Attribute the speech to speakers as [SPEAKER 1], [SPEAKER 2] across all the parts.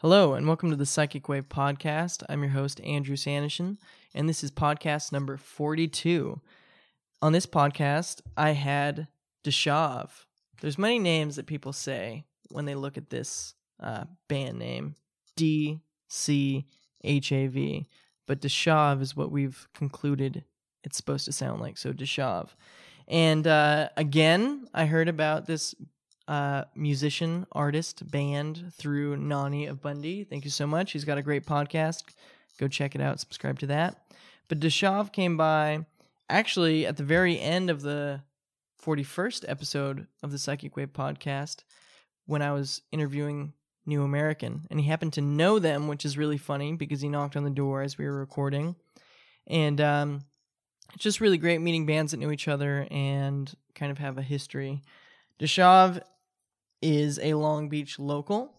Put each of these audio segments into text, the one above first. [SPEAKER 1] Hello, and welcome to the Psychic Wave Podcast. I'm your host, Andrew Sanishin, and this is podcast number 42. On this podcast, I had Deshav. There's many names that people say when they look at this uh, band name D C H A V, but Deshav is what we've concluded it's supposed to sound like. So, Deshav. And uh, again, I heard about this uh, musician, artist, band through Nani of Bundy. Thank you so much. He's got a great podcast. Go check it out. Subscribe to that. But Deshav came by actually at the very end of the 41st episode of the Psychic Wave podcast when I was interviewing New American. And he happened to know them, which is really funny because he knocked on the door as we were recording. And um, it's just really great meeting bands that know each other and kind of have a history. Deshav is a Long Beach local,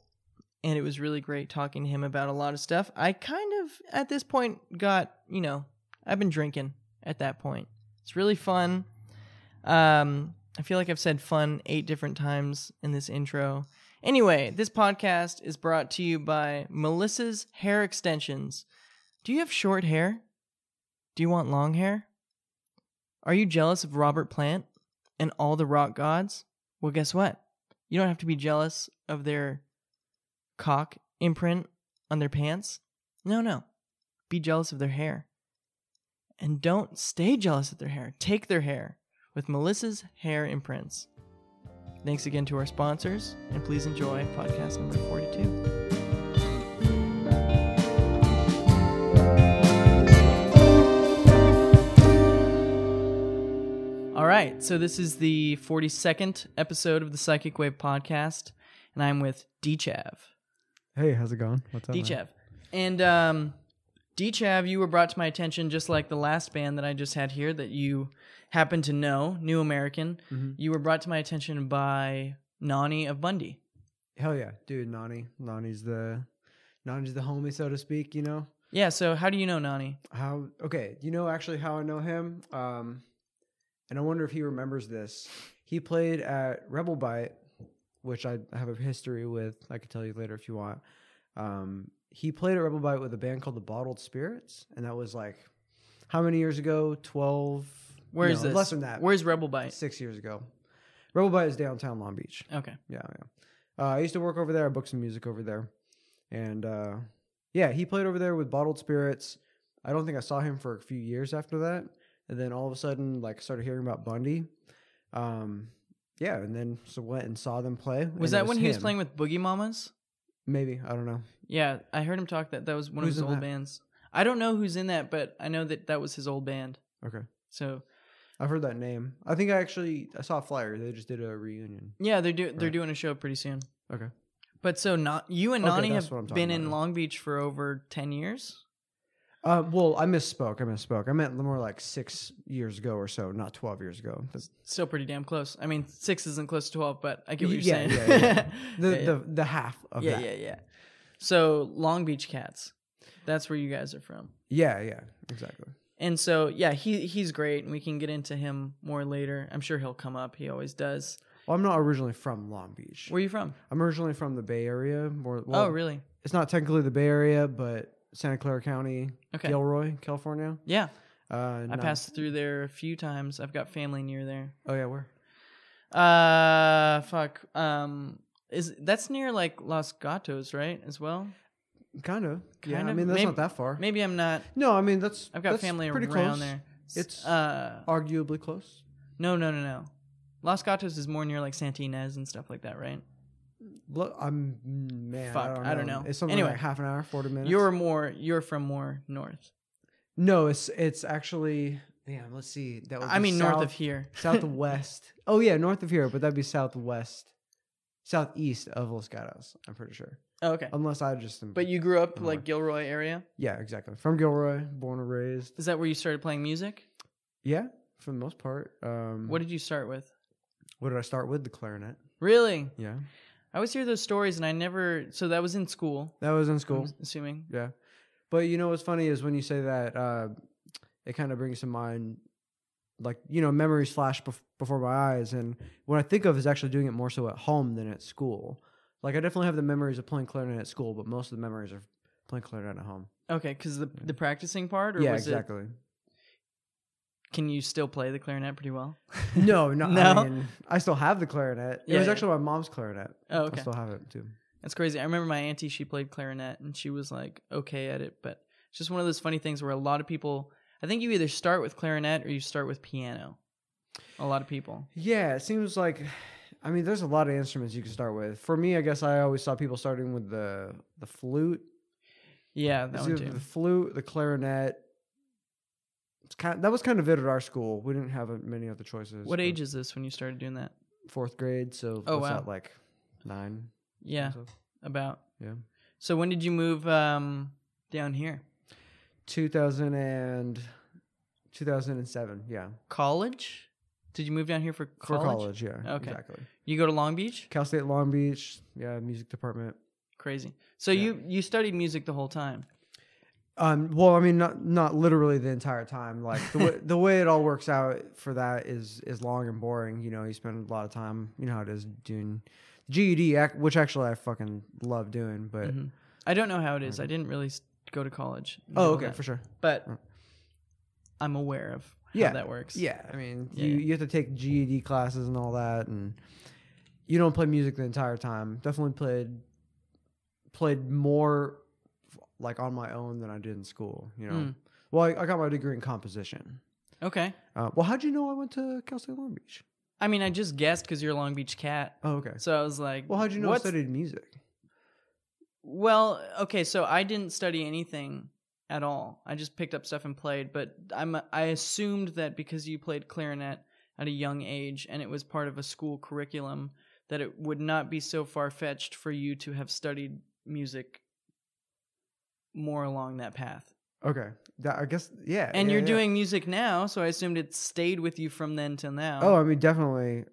[SPEAKER 1] and it was really great talking to him about a lot of stuff. I kind of, at this point, got, you know, I've been drinking at that point. It's really fun. Um, I feel like I've said fun eight different times in this intro. Anyway, this podcast is brought to you by Melissa's Hair Extensions. Do you have short hair? Do you want long hair? Are you jealous of Robert Plant and all the rock gods? Well, guess what? You don't have to be jealous of their cock imprint on their pants. No, no. Be jealous of their hair. And don't stay jealous of their hair. Take their hair with Melissa's hair imprints. Thanks again to our sponsors, and please enjoy podcast number 42. All right, so this is the 42nd episode of the Psychic Wave podcast, and I'm with D-Chav.
[SPEAKER 2] Hey, how's it going? What's up? man?
[SPEAKER 1] D-Chav. And um, D-Chav, you were brought to my attention just like the last band that I just had here that you happen to know, New American.
[SPEAKER 2] Mhm.
[SPEAKER 1] You were brought to my attention by Nani of Bundy.
[SPEAKER 2] Hell yeah, dude, Nani. Nani's the Nani's the homie, so to speak, you know?
[SPEAKER 1] Yeah, so how do you know Nani?
[SPEAKER 2] How okay, you know actually how I know him? Um and I wonder if he remembers this. He played at Rebel Bite, which I have a history with. I could tell you later if you want. Um he played at Rebel Bite with a band called the Bottled Spirits, and that was like how many years ago? Twelve
[SPEAKER 1] Where is
[SPEAKER 2] no,
[SPEAKER 1] this?
[SPEAKER 2] Less than that.
[SPEAKER 1] Where's Rebel Bite?
[SPEAKER 2] six years ago. Rebel Bite is downtown Long Beach.
[SPEAKER 1] Okay.
[SPEAKER 2] yeah, yeah. Uh, I used to work over there. I booked some music over there, and uh, yeah, he played over there with Bottled Spirits. I don't think I saw him for a few years after that, and then all of a sudden, like, started hearing about Bundy. Um, yeah, and then so went and saw them play.
[SPEAKER 1] Was
[SPEAKER 2] and it
[SPEAKER 1] that when he was
[SPEAKER 2] him.
[SPEAKER 1] playing with Boogie Mamas?
[SPEAKER 2] Maybe I don't know.
[SPEAKER 1] Yeah, I heard him talk that that was one
[SPEAKER 2] Who's
[SPEAKER 1] of his
[SPEAKER 2] in
[SPEAKER 1] old
[SPEAKER 2] that?
[SPEAKER 1] bands. I don't know who's in that, but I know that that was his old band.
[SPEAKER 2] Okay,
[SPEAKER 1] So
[SPEAKER 2] I've heard that name. I think I actually I saw a flyer. They just did a reunion.
[SPEAKER 1] yeah, they're do- they're
[SPEAKER 2] Right.
[SPEAKER 1] doing a show pretty soon.
[SPEAKER 2] Okay.
[SPEAKER 1] But so not you and
[SPEAKER 2] Okay,
[SPEAKER 1] Nani
[SPEAKER 2] that's
[SPEAKER 1] have
[SPEAKER 2] what I'm talking
[SPEAKER 1] been
[SPEAKER 2] about
[SPEAKER 1] in
[SPEAKER 2] now.
[SPEAKER 1] Long Beach for over ten years.
[SPEAKER 2] Uh, well, I misspoke. I misspoke. I meant more like six years ago or so, not twelve years ago. That's-
[SPEAKER 1] Still pretty damn close. I mean, six isn't close to twelve, but I get what you're
[SPEAKER 2] Yeah,
[SPEAKER 1] saying.
[SPEAKER 2] yeah, yeah. The
[SPEAKER 1] yeah,
[SPEAKER 2] the the half of
[SPEAKER 1] yeah,
[SPEAKER 2] that.
[SPEAKER 1] yeah, yeah. So Long Beach Cats, that's where you guys are from.
[SPEAKER 2] Yeah, yeah, exactly.
[SPEAKER 1] And so yeah, he he's great, and we can get into him more later. I'm sure he'll come up. He always does.
[SPEAKER 2] Well, I'm not originally from Long Beach.
[SPEAKER 1] Where are you from?
[SPEAKER 2] I'm originally from the Bay Area. More, well,
[SPEAKER 1] oh, really?
[SPEAKER 2] It's not technically the Bay Area, but Santa Clara County,
[SPEAKER 1] Okay.
[SPEAKER 2] Gilroy, California.
[SPEAKER 1] Yeah,
[SPEAKER 2] Uh,
[SPEAKER 1] I passed through there a few times. I've got family near there.
[SPEAKER 2] Oh yeah, where?
[SPEAKER 1] Uh, fuck. Um, is that's near like Los Gatos, right? As well.
[SPEAKER 2] Kind of. Yeah,
[SPEAKER 1] Kind
[SPEAKER 2] I
[SPEAKER 1] of.
[SPEAKER 2] mean that's
[SPEAKER 1] Maybe-
[SPEAKER 2] not that far.
[SPEAKER 1] Maybe I'm not.
[SPEAKER 2] No, I mean that's.
[SPEAKER 1] I've got
[SPEAKER 2] that's
[SPEAKER 1] family
[SPEAKER 2] pretty
[SPEAKER 1] around
[SPEAKER 2] close.
[SPEAKER 1] there. S-
[SPEAKER 2] It's-
[SPEAKER 1] uh
[SPEAKER 2] Arguably close.
[SPEAKER 1] no no no no. Los Gatos is more near like Santa Ynez and stuff like that, right?
[SPEAKER 2] Look, I'm man.
[SPEAKER 1] Fuck,
[SPEAKER 2] I, don't
[SPEAKER 1] I don't know.
[SPEAKER 2] It's something
[SPEAKER 1] Anyway.
[SPEAKER 2] like half an hour, forty minutes.
[SPEAKER 1] You're more. You're from more north.
[SPEAKER 2] no, it's it's actually. Damn, let's see. That would
[SPEAKER 1] I
[SPEAKER 2] be
[SPEAKER 1] mean north
[SPEAKER 2] Oh, south-
[SPEAKER 1] of here.
[SPEAKER 2] southwest. oh yeah, north of here, but that'd be southwest, southeast of Los Gatos. I'm pretty sure,
[SPEAKER 1] Oh, okay.
[SPEAKER 2] unless I just. Am,
[SPEAKER 1] But you grew up
[SPEAKER 2] Um, North.
[SPEAKER 1] like Gilroy area.
[SPEAKER 2] yeah, exactly. From Gilroy, born and raised.
[SPEAKER 1] Is that where you started playing music?
[SPEAKER 2] Yeah, for the most part. Um,
[SPEAKER 1] What did you start with?
[SPEAKER 2] what did I start with? The clarinet.
[SPEAKER 1] Really?
[SPEAKER 2] Yeah,
[SPEAKER 1] I always hear those stories, and I never. So that was in school.
[SPEAKER 2] that was in
[SPEAKER 1] I'm
[SPEAKER 2] school.
[SPEAKER 1] assuming.
[SPEAKER 2] Yeah, but you know what's funny is when you say that, uh, it kind of brings to mind. Like you know, memories flash bef- before my eyes, and what I think of is actually doing it more so at home than at school. Like I definitely have the memories of playing clarinet at school, but most of the memories are playing clarinet at home.
[SPEAKER 1] Okay, because the the practicing part, or
[SPEAKER 2] yeah,
[SPEAKER 1] was
[SPEAKER 2] exactly.
[SPEAKER 1] it? Can you still play the clarinet pretty well?
[SPEAKER 2] No, no,
[SPEAKER 1] No?
[SPEAKER 2] I mean, I still have the clarinet. It
[SPEAKER 1] Yeah,
[SPEAKER 2] was
[SPEAKER 1] yeah.
[SPEAKER 2] actually my mom's clarinet.
[SPEAKER 1] Oh, okay.
[SPEAKER 2] I still have it too.
[SPEAKER 1] That's crazy. I remember my auntie, she played clarinet and she was like okay at it, but it's just one of those funny things where a lot of people, I think you either start with clarinet or you start with piano. A lot of people.
[SPEAKER 2] Yeah, it seems like I mean, there's a lot of instruments you can start with. For me, I guess I always saw people starting with the the flute.
[SPEAKER 1] Yeah, that
[SPEAKER 2] It's
[SPEAKER 1] one
[SPEAKER 2] either
[SPEAKER 1] too.
[SPEAKER 2] The flute, the clarinet. It's kind that was kind of it at our school. We didn't have uh, many other choices.
[SPEAKER 1] What
[SPEAKER 2] but
[SPEAKER 1] age is this when you started doing that?
[SPEAKER 2] Fourth grade. So
[SPEAKER 1] Oh,
[SPEAKER 2] what's
[SPEAKER 1] wow.
[SPEAKER 2] that like? Nine. or
[SPEAKER 1] Yeah,
[SPEAKER 2] so?
[SPEAKER 1] about.
[SPEAKER 2] Yeah.
[SPEAKER 1] So when did you move um down here?
[SPEAKER 2] 2000 and 2007. Yeah.
[SPEAKER 1] College? Did you move down here for college?
[SPEAKER 2] For college. Yeah.
[SPEAKER 1] Okay.
[SPEAKER 2] Exactly.
[SPEAKER 1] You go to Long Beach?
[SPEAKER 2] Cal State Long Beach. Yeah. Music department.
[SPEAKER 1] Crazy. So
[SPEAKER 2] Yeah.
[SPEAKER 1] you you studied music the whole time.
[SPEAKER 2] Um, well, I mean, not not literally the entire time. Like the way, the way it all works out for that is is long and boring. You know, you spend a lot of time. You know how it is doing GED, ac- which actually I fucking love doing. But um,
[SPEAKER 1] Mhm. I don't know how it is. I didn't really s- go to college. and
[SPEAKER 2] oh,
[SPEAKER 1] all
[SPEAKER 2] okay,
[SPEAKER 1] that,
[SPEAKER 2] for sure.
[SPEAKER 1] but
[SPEAKER 2] Mm.
[SPEAKER 1] I'm aware of how
[SPEAKER 2] Yeah,
[SPEAKER 1] that works.
[SPEAKER 2] Yeah, I mean,
[SPEAKER 1] Yeah,
[SPEAKER 2] you
[SPEAKER 1] yeah.
[SPEAKER 2] you have to take GED classes and all that, and you don't play music the entire time. Definitely played played more like on my own than I did in school. You know,
[SPEAKER 1] Mm.
[SPEAKER 2] well, I, I got my degree in composition.
[SPEAKER 1] Okay.
[SPEAKER 2] Uh, well, how'd you know I went to Cal State Long Beach?
[SPEAKER 1] I mean, I just guessed because you're a Long Beach cat.
[SPEAKER 2] Oh, okay.
[SPEAKER 1] So I was like,
[SPEAKER 2] Well, how'd you know I
[SPEAKER 1] what's-
[SPEAKER 2] studied music?
[SPEAKER 1] Well, okay, so I didn't study anything at all. I just picked up stuff and played, but I'm I assumed that because you played clarinet at a young age and it was part of a school curriculum that it would not be so far-fetched for you to have studied music more along that path.
[SPEAKER 2] Okay, that, I guess yeah.
[SPEAKER 1] And
[SPEAKER 2] yeah,
[SPEAKER 1] you're
[SPEAKER 2] yeah.
[SPEAKER 1] doing music now, so I assumed it stayed with you from then till now.
[SPEAKER 2] Oh, I mean, definitely.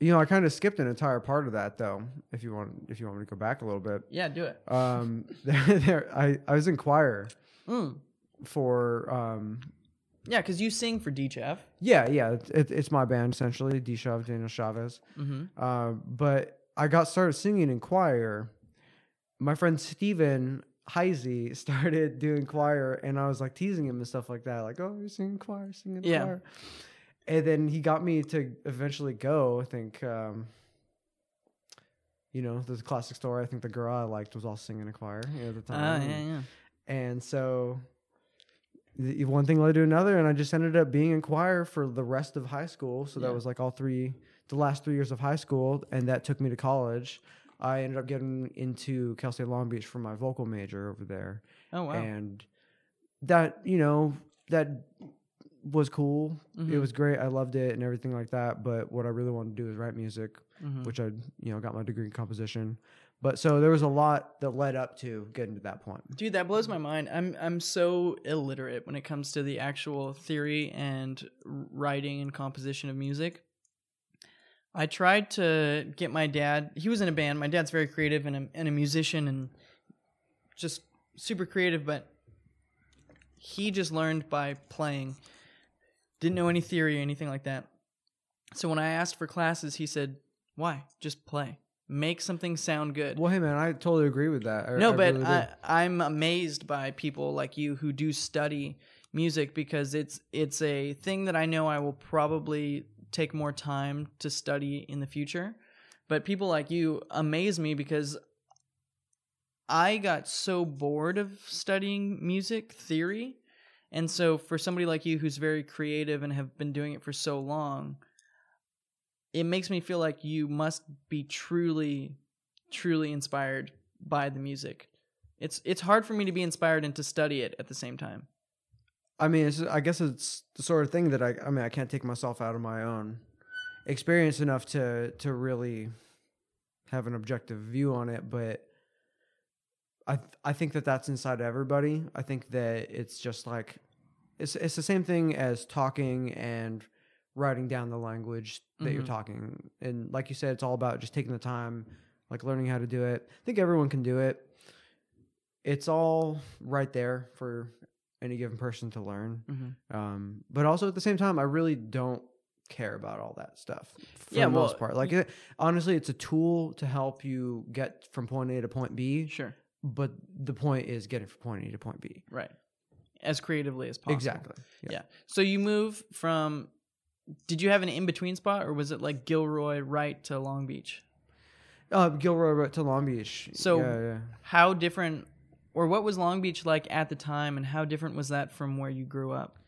[SPEAKER 2] You know, I kind of skipped an entire part of that though. If you want, if you want me to go back a little bit,
[SPEAKER 1] yeah, do it.
[SPEAKER 2] um, there, there, I I was in choir
[SPEAKER 1] Mm.
[SPEAKER 2] for um,
[SPEAKER 1] Yeah, because you sing for DJF.
[SPEAKER 2] yeah, yeah. It, it, it's my band essentially, D. Shav, Daniel Chavez.
[SPEAKER 1] Mm-hmm.
[SPEAKER 2] Um, but I got started singing in choir. My friend Steven Heisey started doing choir, and I was like teasing him and stuff like that, like, "Oh, you're singing choir, singing
[SPEAKER 1] Yeah.
[SPEAKER 2] choir." And then he got me to eventually go. I think, um, you know, there's a classic story. I think the girl I liked was all singing in choir you know, at the
[SPEAKER 1] Oh,
[SPEAKER 2] time,
[SPEAKER 1] yeah, yeah.
[SPEAKER 2] and so. the- One thing led to another, and I just ended up being in choir for the rest of high school. So
[SPEAKER 1] Yeah.
[SPEAKER 2] that was like all three the last three years of high school, and that took me to college. I ended up getting into Cal State Long Beach for my vocal major over there,
[SPEAKER 1] Oh, wow.
[SPEAKER 2] and that you know that was cool. It
[SPEAKER 1] Mhm.
[SPEAKER 2] was great. I loved it and everything like that. But what I really wanted to do is write music,
[SPEAKER 1] Mhm.
[SPEAKER 2] which I you know got my degree in composition. But so there was a lot that led up to getting to that point.
[SPEAKER 1] Dude, that blows my mind. I'm I'm so illiterate when it comes to the actual theory and writing and composition of music. I tried to get my dad. He was in a band. My dad's very creative and a, and a musician and just super creative, but he just learned by playing. Didn't know any theory or anything like that. So when I asked for classes, he said, "Why? Just play. Make something sound good."
[SPEAKER 2] Well, hey man, I totally agree with that. I-
[SPEAKER 1] no,
[SPEAKER 2] I
[SPEAKER 1] but
[SPEAKER 2] really do.
[SPEAKER 1] I, I'm amazed by people like you who do study music because it's it's a thing that I know I will probably take more time to study in the future. But people like you amaze me because I got so bored of studying music theory. And so for somebody like you who's very creative and have been doing it for so long, it makes me feel like you must be truly truly inspired by the music. It's it's hard for me to be inspired and to study it at the same time.
[SPEAKER 2] I mean, it's, I guess it's the sort of thing that I, I mean, I can't take myself out of my own experience enough to to really have an objective view on it. But I th- I think that that's inside everybody. I think that it's just like it's it's the same thing as talking and writing down the language that you're
[SPEAKER 1] Mhm.
[SPEAKER 2] talking. And like you said, it's all about just taking the time, like learning how to do it. I think everyone can do it. It's all right there for any given person to learn.
[SPEAKER 1] Mm-hmm.
[SPEAKER 2] Um, but also at the same time, I really don't care about all that stuff for
[SPEAKER 1] Yeah,
[SPEAKER 2] the
[SPEAKER 1] well,
[SPEAKER 2] most part. Like, it, honestly, it's a tool to help you get from point A to point B,
[SPEAKER 1] Sure.
[SPEAKER 2] but the point is getting from point A to point B.
[SPEAKER 1] Right. As creatively as possible.
[SPEAKER 2] Exactly.
[SPEAKER 1] Yeah. So you move from. Did you have an in between spot, or was it like Gilroy right to Long Beach?
[SPEAKER 2] Uh, Gilroy Road to Long Beach.
[SPEAKER 1] So-
[SPEAKER 2] yeah, yeah.
[SPEAKER 1] How different, or what was Long Beach like at the time, and how different was that from where you grew up?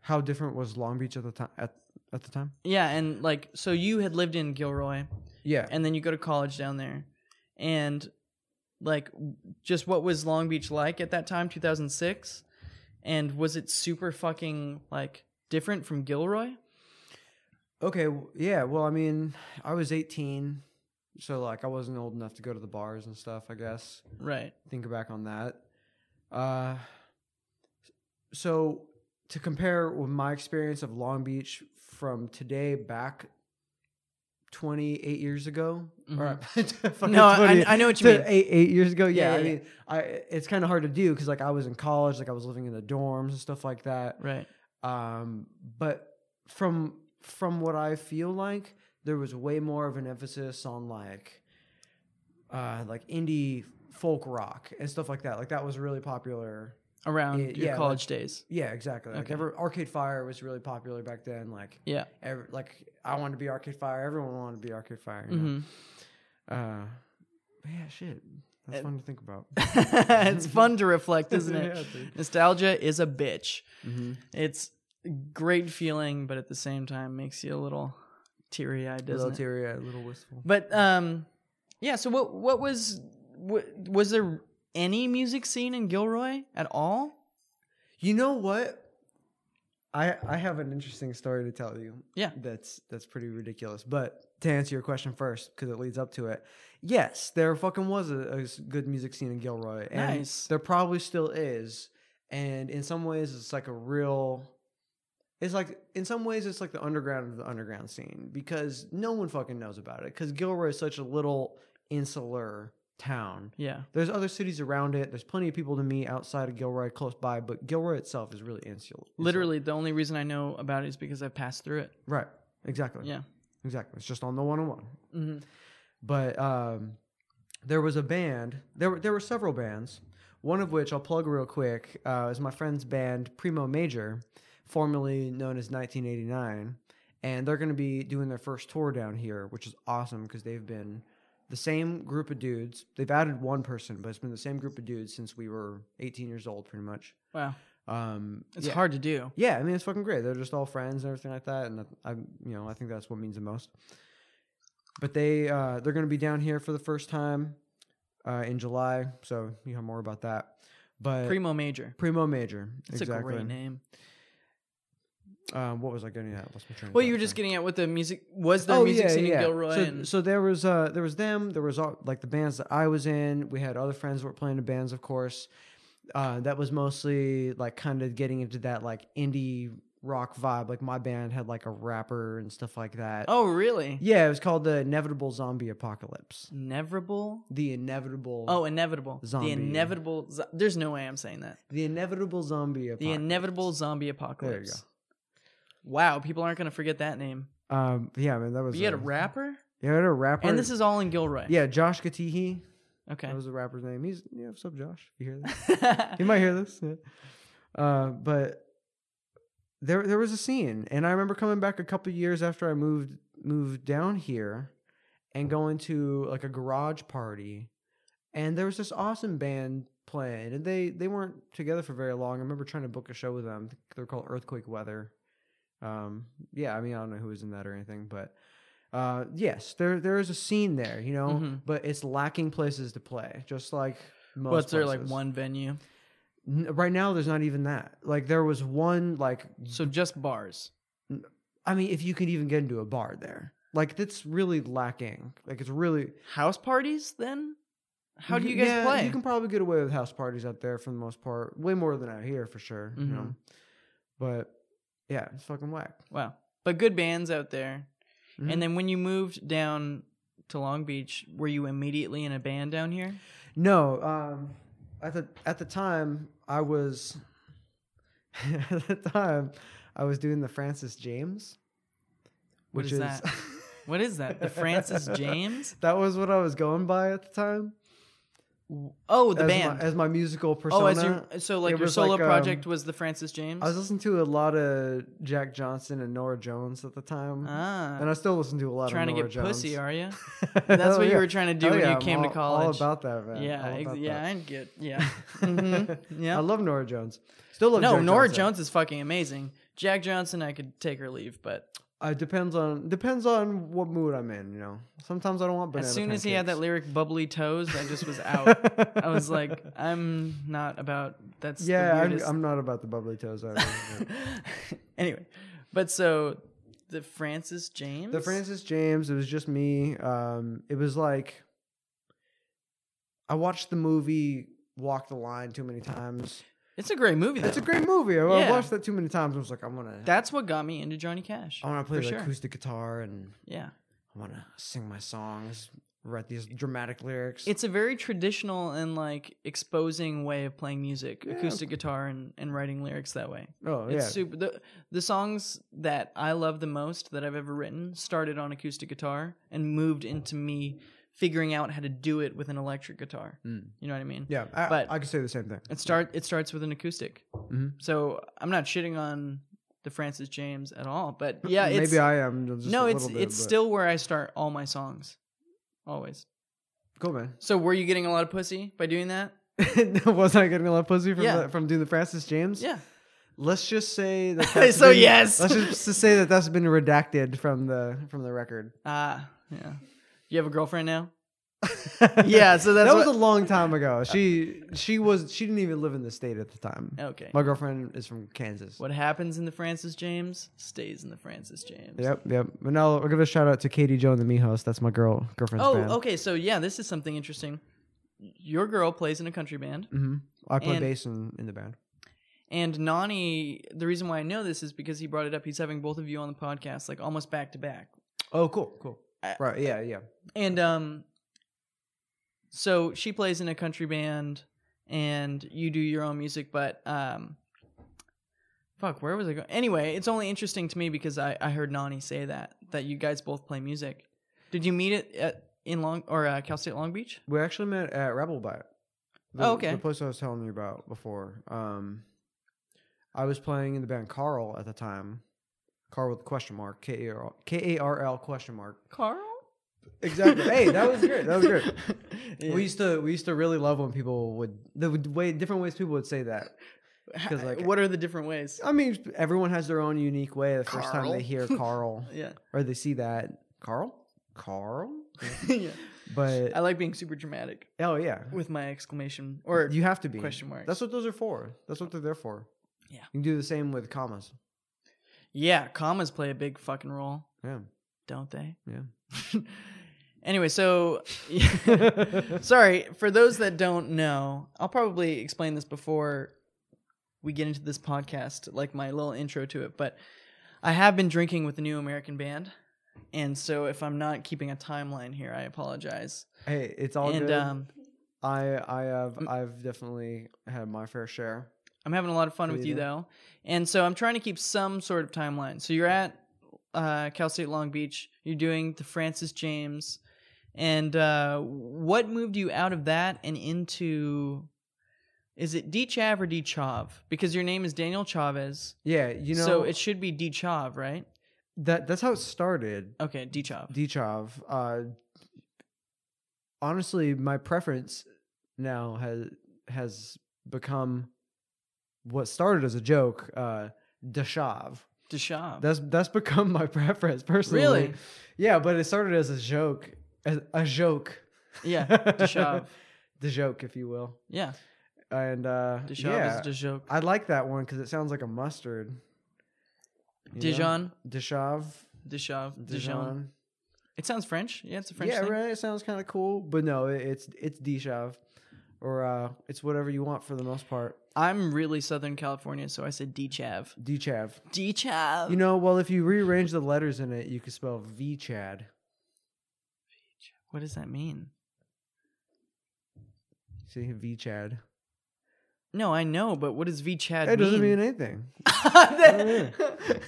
[SPEAKER 2] how different was Long Beach at the time? At, at the time,
[SPEAKER 1] Yeah, and like so you had lived in Gilroy,
[SPEAKER 2] yeah.
[SPEAKER 1] and then you go to college down there, and like just what was Long Beach like at that time, two thousand six, and was it super fucking like different from Gilroy?
[SPEAKER 2] Okay, w- yeah. Well, I mean, I was 18, so like I wasn't old enough to go to the bars and stuff. I guess
[SPEAKER 1] Right.
[SPEAKER 2] think back on that. Uh, so to compare with my experience of Long Beach from today back 28 years ago,
[SPEAKER 1] Mm-hmm.
[SPEAKER 2] or fucking
[SPEAKER 1] No, I,
[SPEAKER 2] 20
[SPEAKER 1] I know what you
[SPEAKER 2] to
[SPEAKER 1] mean.
[SPEAKER 2] eight eight years ago.
[SPEAKER 1] Yeah, yeah,
[SPEAKER 2] Yeah, I
[SPEAKER 1] yeah.
[SPEAKER 2] mean, I it's kind of hard to do because like I was in college, like I was living in the dorms and stuff like that.
[SPEAKER 1] Right.
[SPEAKER 2] Um, but from from what I feel like, there was way more of an emphasis on like uh like indie folk rock and stuff like that. Like that was really popular.
[SPEAKER 1] Around
[SPEAKER 2] Yeah,
[SPEAKER 1] your
[SPEAKER 2] yeah,
[SPEAKER 1] college days.
[SPEAKER 2] Yeah, exactly. Like
[SPEAKER 1] Okay.
[SPEAKER 2] ever Arcade Fire was really popular back then. Like
[SPEAKER 1] Yeah.
[SPEAKER 2] every, like I wanted to be Arcade Fire. Everyone wanted to be Arcade Fire. You know?
[SPEAKER 1] hmm Mm-hmm.
[SPEAKER 2] Uh, but yeah, shit. That's
[SPEAKER 1] Uh,
[SPEAKER 2] fun to think about.
[SPEAKER 1] it's fun to reflect, isn't it?
[SPEAKER 2] Yeah, dude.
[SPEAKER 1] Nostalgia is a bitch.
[SPEAKER 2] Mhm.
[SPEAKER 1] It's a great feeling, but at the same time makes you a little teary eyed,
[SPEAKER 2] A little
[SPEAKER 1] doesn't it?
[SPEAKER 2] teary, a little wistful.
[SPEAKER 1] But um, yeah. So what what was what, was there any music scene in Gilroy at all?
[SPEAKER 2] You know what? I I have an interesting story to tell you.
[SPEAKER 1] Yeah.
[SPEAKER 2] That's that's pretty ridiculous. But to answer your question first, because it leads up to it, yes, there fucking was a, a s- good music scene in Gilroy, and
[SPEAKER 1] Nice.
[SPEAKER 2] there probably still is. And in some ways, it's like a real. It's like in some ways, it's like the underground of the underground scene because no one fucking knows about it because Gilroy is such a little insular town
[SPEAKER 1] Yeah.
[SPEAKER 2] there's other cities around it. There's plenty of people to meet outside of Gilroy, close by, but Gilroy itself is really insular.
[SPEAKER 1] Literally, the only reason I know about it is because I've passed through it.
[SPEAKER 2] Right. Exactly.
[SPEAKER 1] Yeah.
[SPEAKER 2] Exactly. It's just on the 101.
[SPEAKER 1] hmm
[SPEAKER 2] But um, there was a band. There were there were several bands. One of which I'll plug real quick uh, is my friend's band Primo Major, formerly known as 1989, and they're going to be doing their first tour down here, which is awesome because they've been the same group of dudes. They've added one person, but it's been the same group of dudes since we were 18 years old, pretty much.
[SPEAKER 1] Wow.
[SPEAKER 2] Um,
[SPEAKER 1] It's
[SPEAKER 2] yeah.
[SPEAKER 1] hard to do.
[SPEAKER 2] Yeah, I mean it's fucking great. They're just all friends and everything like that, and I, you know, I think that's what means the most. But they uh, they're going to be down here for the first time uh, in July, so you have more about that. But
[SPEAKER 1] Primo Major.
[SPEAKER 2] Primo Major,
[SPEAKER 1] It's a
[SPEAKER 2] Uh, exactly.
[SPEAKER 1] great name.
[SPEAKER 2] Um, what was I getting at? Lost my train of
[SPEAKER 1] Well,
[SPEAKER 2] thought,
[SPEAKER 1] you were just
[SPEAKER 2] sorry.
[SPEAKER 1] getting at what the music was.
[SPEAKER 2] Oh,
[SPEAKER 1] There music scene in Gilroy.
[SPEAKER 2] So,
[SPEAKER 1] and,
[SPEAKER 2] so there was uh, there was them. There was all, like the bands that I was in. We had other friends that were playing in bands, of course. Uh, that was mostly like kind of getting into that like indie rock vibe. Like my band had like a rapper and stuff like that.
[SPEAKER 1] oh, really?
[SPEAKER 2] Yeah, it was called the Inevitable Zombie Apocalypse.
[SPEAKER 1] Inevitable.
[SPEAKER 2] The inevitable.
[SPEAKER 1] Oh, inevitable.
[SPEAKER 2] Zombie.
[SPEAKER 1] The inevitable. Zo- There's no way I'm saying that.
[SPEAKER 2] the inevitable zombie
[SPEAKER 1] The
[SPEAKER 2] apocalypse.
[SPEAKER 1] inevitable zombie apocalypse. Wow, people aren't gonna forget that name.
[SPEAKER 2] Um, yeah, man, that
[SPEAKER 1] But
[SPEAKER 2] was.
[SPEAKER 1] you had a
[SPEAKER 2] uh,
[SPEAKER 1] rapper,
[SPEAKER 2] Yeah, I had a rapper.
[SPEAKER 1] and this is all in Gilroy.
[SPEAKER 2] Yeah, Josh Katihi.
[SPEAKER 1] Okay.
[SPEAKER 2] That was the rapper's name. He's yeah. What's up, Josh? You hear that? you might hear this. Yeah. Uh, but there there was a scene, and I remember coming back a couple years after I moved moved down here, and going to like a garage party, and there was this awesome band playing, and they they weren't together for very long. I remember trying to book a show with them. They're called Earthquake Weather. Um, yeah, I mean I don't know who was in that or anything, but. Uh, yes, there there is a scene there, you know,
[SPEAKER 1] Mhm.
[SPEAKER 2] but it's lacking places to play, just like most.
[SPEAKER 1] What's there like
[SPEAKER 2] places. Mm-hmm.
[SPEAKER 1] one venue?
[SPEAKER 2] N- right now there's not even that like there was one like
[SPEAKER 1] So just bars.
[SPEAKER 2] i mean if you could even get into a bar there like that's really lacking like it's really
[SPEAKER 1] House parties then? How do you guys
[SPEAKER 2] Yeah,
[SPEAKER 1] play?
[SPEAKER 2] you can probably get away with house parties out there for the most part way more than out here for sure you know
[SPEAKER 1] Mm-hmm.
[SPEAKER 2] but yeah it's fucking whack
[SPEAKER 1] Wow. But good bands out there.
[SPEAKER 2] Mhm.
[SPEAKER 1] And then when you moved down to Long Beach, were you immediately in a band down here?
[SPEAKER 2] no um at the at the time i was at the time i was doing the francis james
[SPEAKER 1] What
[SPEAKER 2] which
[SPEAKER 1] is that? What is that? The Francis James?
[SPEAKER 2] that was what I was going by at the time.
[SPEAKER 1] W- Oh, the
[SPEAKER 2] as
[SPEAKER 1] band.
[SPEAKER 2] my, as my musical persona.
[SPEAKER 1] oh, as your so like
[SPEAKER 2] it
[SPEAKER 1] your
[SPEAKER 2] was
[SPEAKER 1] solo
[SPEAKER 2] like, um,
[SPEAKER 1] project was the Francis James.
[SPEAKER 2] I was listening to a lot of Jack Johnson and Nora Jones at the time, and
[SPEAKER 1] ah,
[SPEAKER 2] I still listen to a lot
[SPEAKER 1] trying
[SPEAKER 2] of
[SPEAKER 1] to
[SPEAKER 2] Nora
[SPEAKER 1] get
[SPEAKER 2] Jones.
[SPEAKER 1] pussy, are you? That's
[SPEAKER 2] Oh,
[SPEAKER 1] what
[SPEAKER 2] yeah.
[SPEAKER 1] you were trying to do
[SPEAKER 2] Oh,
[SPEAKER 1] when
[SPEAKER 2] yeah,
[SPEAKER 1] you
[SPEAKER 2] I'm
[SPEAKER 1] came
[SPEAKER 2] all,
[SPEAKER 1] to college.
[SPEAKER 2] All about that, man.
[SPEAKER 1] yeah,
[SPEAKER 2] All
[SPEAKER 1] ex-
[SPEAKER 2] about
[SPEAKER 1] yeah,
[SPEAKER 2] that.
[SPEAKER 1] I get yeah. Mhm,
[SPEAKER 2] I
[SPEAKER 1] Yeah.
[SPEAKER 2] love Nora Jones. Still love
[SPEAKER 1] No,
[SPEAKER 2] Jack
[SPEAKER 1] Nora
[SPEAKER 2] Johnson.
[SPEAKER 1] Jones is fucking amazing. Jack Johnson, I could take or leave, but
[SPEAKER 2] Uh, depends on depends on what mood I'm in. You know, sometimes I don't want banana.
[SPEAKER 1] as soon as he had that
[SPEAKER 2] pancakes.
[SPEAKER 1] lyric "bubbly toes," I just was out. I was like, I'm not about that's
[SPEAKER 2] yeah,
[SPEAKER 1] The
[SPEAKER 2] I'm,
[SPEAKER 1] weirdest
[SPEAKER 2] I'm not about the bubbly toes. I don't know.
[SPEAKER 1] anyway, but so the Francis James,
[SPEAKER 2] the Francis James. It was just me. Um, it was like I watched the movie Walk the Line too many times.
[SPEAKER 1] It's a great movie. Though.
[SPEAKER 2] It's a great movie. I, I
[SPEAKER 1] Yeah.
[SPEAKER 2] watched that too many times. I was like, I want to.
[SPEAKER 1] That's what got me into Johnny Cash.
[SPEAKER 2] I want to play
[SPEAKER 1] for
[SPEAKER 2] the
[SPEAKER 1] sure.
[SPEAKER 2] acoustic guitar and
[SPEAKER 1] Yeah,
[SPEAKER 2] I want to sing my songs, write these dramatic lyrics.
[SPEAKER 1] it's a very traditional and like exposing way of playing music,
[SPEAKER 2] Yeah.
[SPEAKER 1] acoustic guitar, and, and writing lyrics that way.
[SPEAKER 2] oh
[SPEAKER 1] It's
[SPEAKER 2] yeah,
[SPEAKER 1] super. The, the songs that I love the most that I've ever written started on acoustic guitar and moved into me figuring out how to do it with an electric guitar.
[SPEAKER 2] Mm.
[SPEAKER 1] You know what I mean?
[SPEAKER 2] yeah. I,
[SPEAKER 1] but-
[SPEAKER 2] I could say the same thing.
[SPEAKER 1] It start it starts with an acoustic.
[SPEAKER 2] Mhm.
[SPEAKER 1] So I'm not shitting on the Francis James at all, but yeah,
[SPEAKER 2] maybe
[SPEAKER 1] it's
[SPEAKER 2] I am. Just
[SPEAKER 1] no,
[SPEAKER 2] a
[SPEAKER 1] it's
[SPEAKER 2] little bit,
[SPEAKER 1] it's
[SPEAKER 2] but-
[SPEAKER 1] still where I start all my songs, always.
[SPEAKER 2] cool, man.
[SPEAKER 1] So were you getting a lot of pussy by doing that?
[SPEAKER 2] was I getting a lot of pussy from
[SPEAKER 1] Yeah.
[SPEAKER 2] the, from doing the Francis James?
[SPEAKER 1] Yeah.
[SPEAKER 2] Let's just say that. that's
[SPEAKER 1] So
[SPEAKER 2] been-
[SPEAKER 1] yes.
[SPEAKER 2] Let's just to say that that's been redacted from the from the record.
[SPEAKER 1] Ah, yeah. You have a girlfriend now? Yeah. So that's
[SPEAKER 2] that was
[SPEAKER 1] what-
[SPEAKER 2] a long time ago. She she was she didn't even live in the state at the time.
[SPEAKER 1] okay.
[SPEAKER 2] My girlfriend is from Kansas.
[SPEAKER 1] What happens in the Francis James stays in the Francis James.
[SPEAKER 2] Yep, yep. But now I'll give a shout out to Katie Joe and the Mijos. That's my girl girlfriend's
[SPEAKER 1] Oh,
[SPEAKER 2] band.
[SPEAKER 1] okay. So yeah, this is something interesting. Your girl plays in a country band.
[SPEAKER 2] hmm I play
[SPEAKER 1] And-
[SPEAKER 2] bass in, in the band.
[SPEAKER 1] And Nani, the reason why I know this is because he brought it up. He's having both of you on the podcast, like almost back to back.
[SPEAKER 2] Oh, cool, cool.
[SPEAKER 1] I-
[SPEAKER 2] right, yeah, yeah.
[SPEAKER 1] And um, so she plays in a country band, and you do your own music. But um, fuck, where was I going? Anyway, it's only interesting to me because I I heard Nani say that that you guys both play music. Did you meet it at in Long or uh, Cal State Long Beach?
[SPEAKER 2] We actually met at Rebel Bite. The,
[SPEAKER 1] Oh, okay.
[SPEAKER 2] The place I was telling you about before. Um, I was playing in the band Carl at the time. Carl with question mark K A R K A R L question mark.
[SPEAKER 1] Carl.
[SPEAKER 2] Exactly. hey, that was good. That was good.
[SPEAKER 1] Yeah.
[SPEAKER 2] We used to we used to really love when people would the would- way different ways people would say that. 'cause, like- Oh.
[SPEAKER 1] what are the different ways?
[SPEAKER 2] I mean, everyone has their own unique way. The first time
[SPEAKER 1] Carl.
[SPEAKER 2] they hear Carl
[SPEAKER 1] Yeah.
[SPEAKER 2] or they see that Carl, Carl.
[SPEAKER 1] yeah.
[SPEAKER 2] But
[SPEAKER 1] I like being super dramatic
[SPEAKER 2] oh yeah,
[SPEAKER 1] with my exclamation or
[SPEAKER 2] you have to be
[SPEAKER 1] question marks.
[SPEAKER 2] That's what those are for. That's what they're there for.
[SPEAKER 1] Yeah.
[SPEAKER 2] You can do the same with commas.
[SPEAKER 1] yeah, commas play a big fucking role,
[SPEAKER 2] Yeah.
[SPEAKER 1] don't they?
[SPEAKER 2] Yeah.
[SPEAKER 1] anyway, so sorry for those that don't know, I'll probably explain this before we get into this podcast, like my little intro to it. But I have been drinking with the New American Band, and so if I'm not keeping a timeline here, I apologize.
[SPEAKER 2] hey, it's all
[SPEAKER 1] and
[SPEAKER 2] good.
[SPEAKER 1] um,
[SPEAKER 2] I I have
[SPEAKER 1] Mm.
[SPEAKER 2] I've definitely had my fair share.
[SPEAKER 1] I'm having a lot of fun with you
[SPEAKER 2] Frida.
[SPEAKER 1] though, and so I'm trying to keep some sort of timeline. So you're at uh, Cal State Long Beach. You're doing the Francis James, and uh, what moved you out of that and into? Is it D Chav or D Chav? Because your name is Daniel Chavez,
[SPEAKER 2] Yeah, you know
[SPEAKER 1] so it should be D Chav, right?
[SPEAKER 2] that that's how it started.
[SPEAKER 1] Okay, D Chav.
[SPEAKER 2] Dichov. Uh honestly, my preference now has has become what started as a joke, uh Dashav.
[SPEAKER 1] D Chav.
[SPEAKER 2] That's that's become my preference personally.
[SPEAKER 1] Really?
[SPEAKER 2] Yeah, but it started as a joke. As a joke.
[SPEAKER 1] Yeah, Deshav.
[SPEAKER 2] the joke, if you will.
[SPEAKER 1] Yeah,
[SPEAKER 2] And uh
[SPEAKER 1] D Chav
[SPEAKER 2] yeah,
[SPEAKER 1] is Dijon.
[SPEAKER 2] I like that one because it sounds like a mustard.
[SPEAKER 1] Dijon.
[SPEAKER 2] Deshav.
[SPEAKER 1] Dishav. Dijon.
[SPEAKER 2] Dijon.
[SPEAKER 1] It sounds French. Yeah, it's a French
[SPEAKER 2] yeah,
[SPEAKER 1] thing.
[SPEAKER 2] right. It sounds kind of cool, but no, it, it's it's Deshav, or uh, it's whatever you want for the most part.
[SPEAKER 1] I'm really Southern California, so I said D Chav.
[SPEAKER 2] Dechav.
[SPEAKER 1] D Chav.
[SPEAKER 2] You know, well, if you rearrange the letters in it, you could spell V Chad.
[SPEAKER 1] What does that mean?
[SPEAKER 2] See V Chad.
[SPEAKER 1] No, I know, but what does V Chad mean?
[SPEAKER 2] It doesn't mean anything.
[SPEAKER 1] That-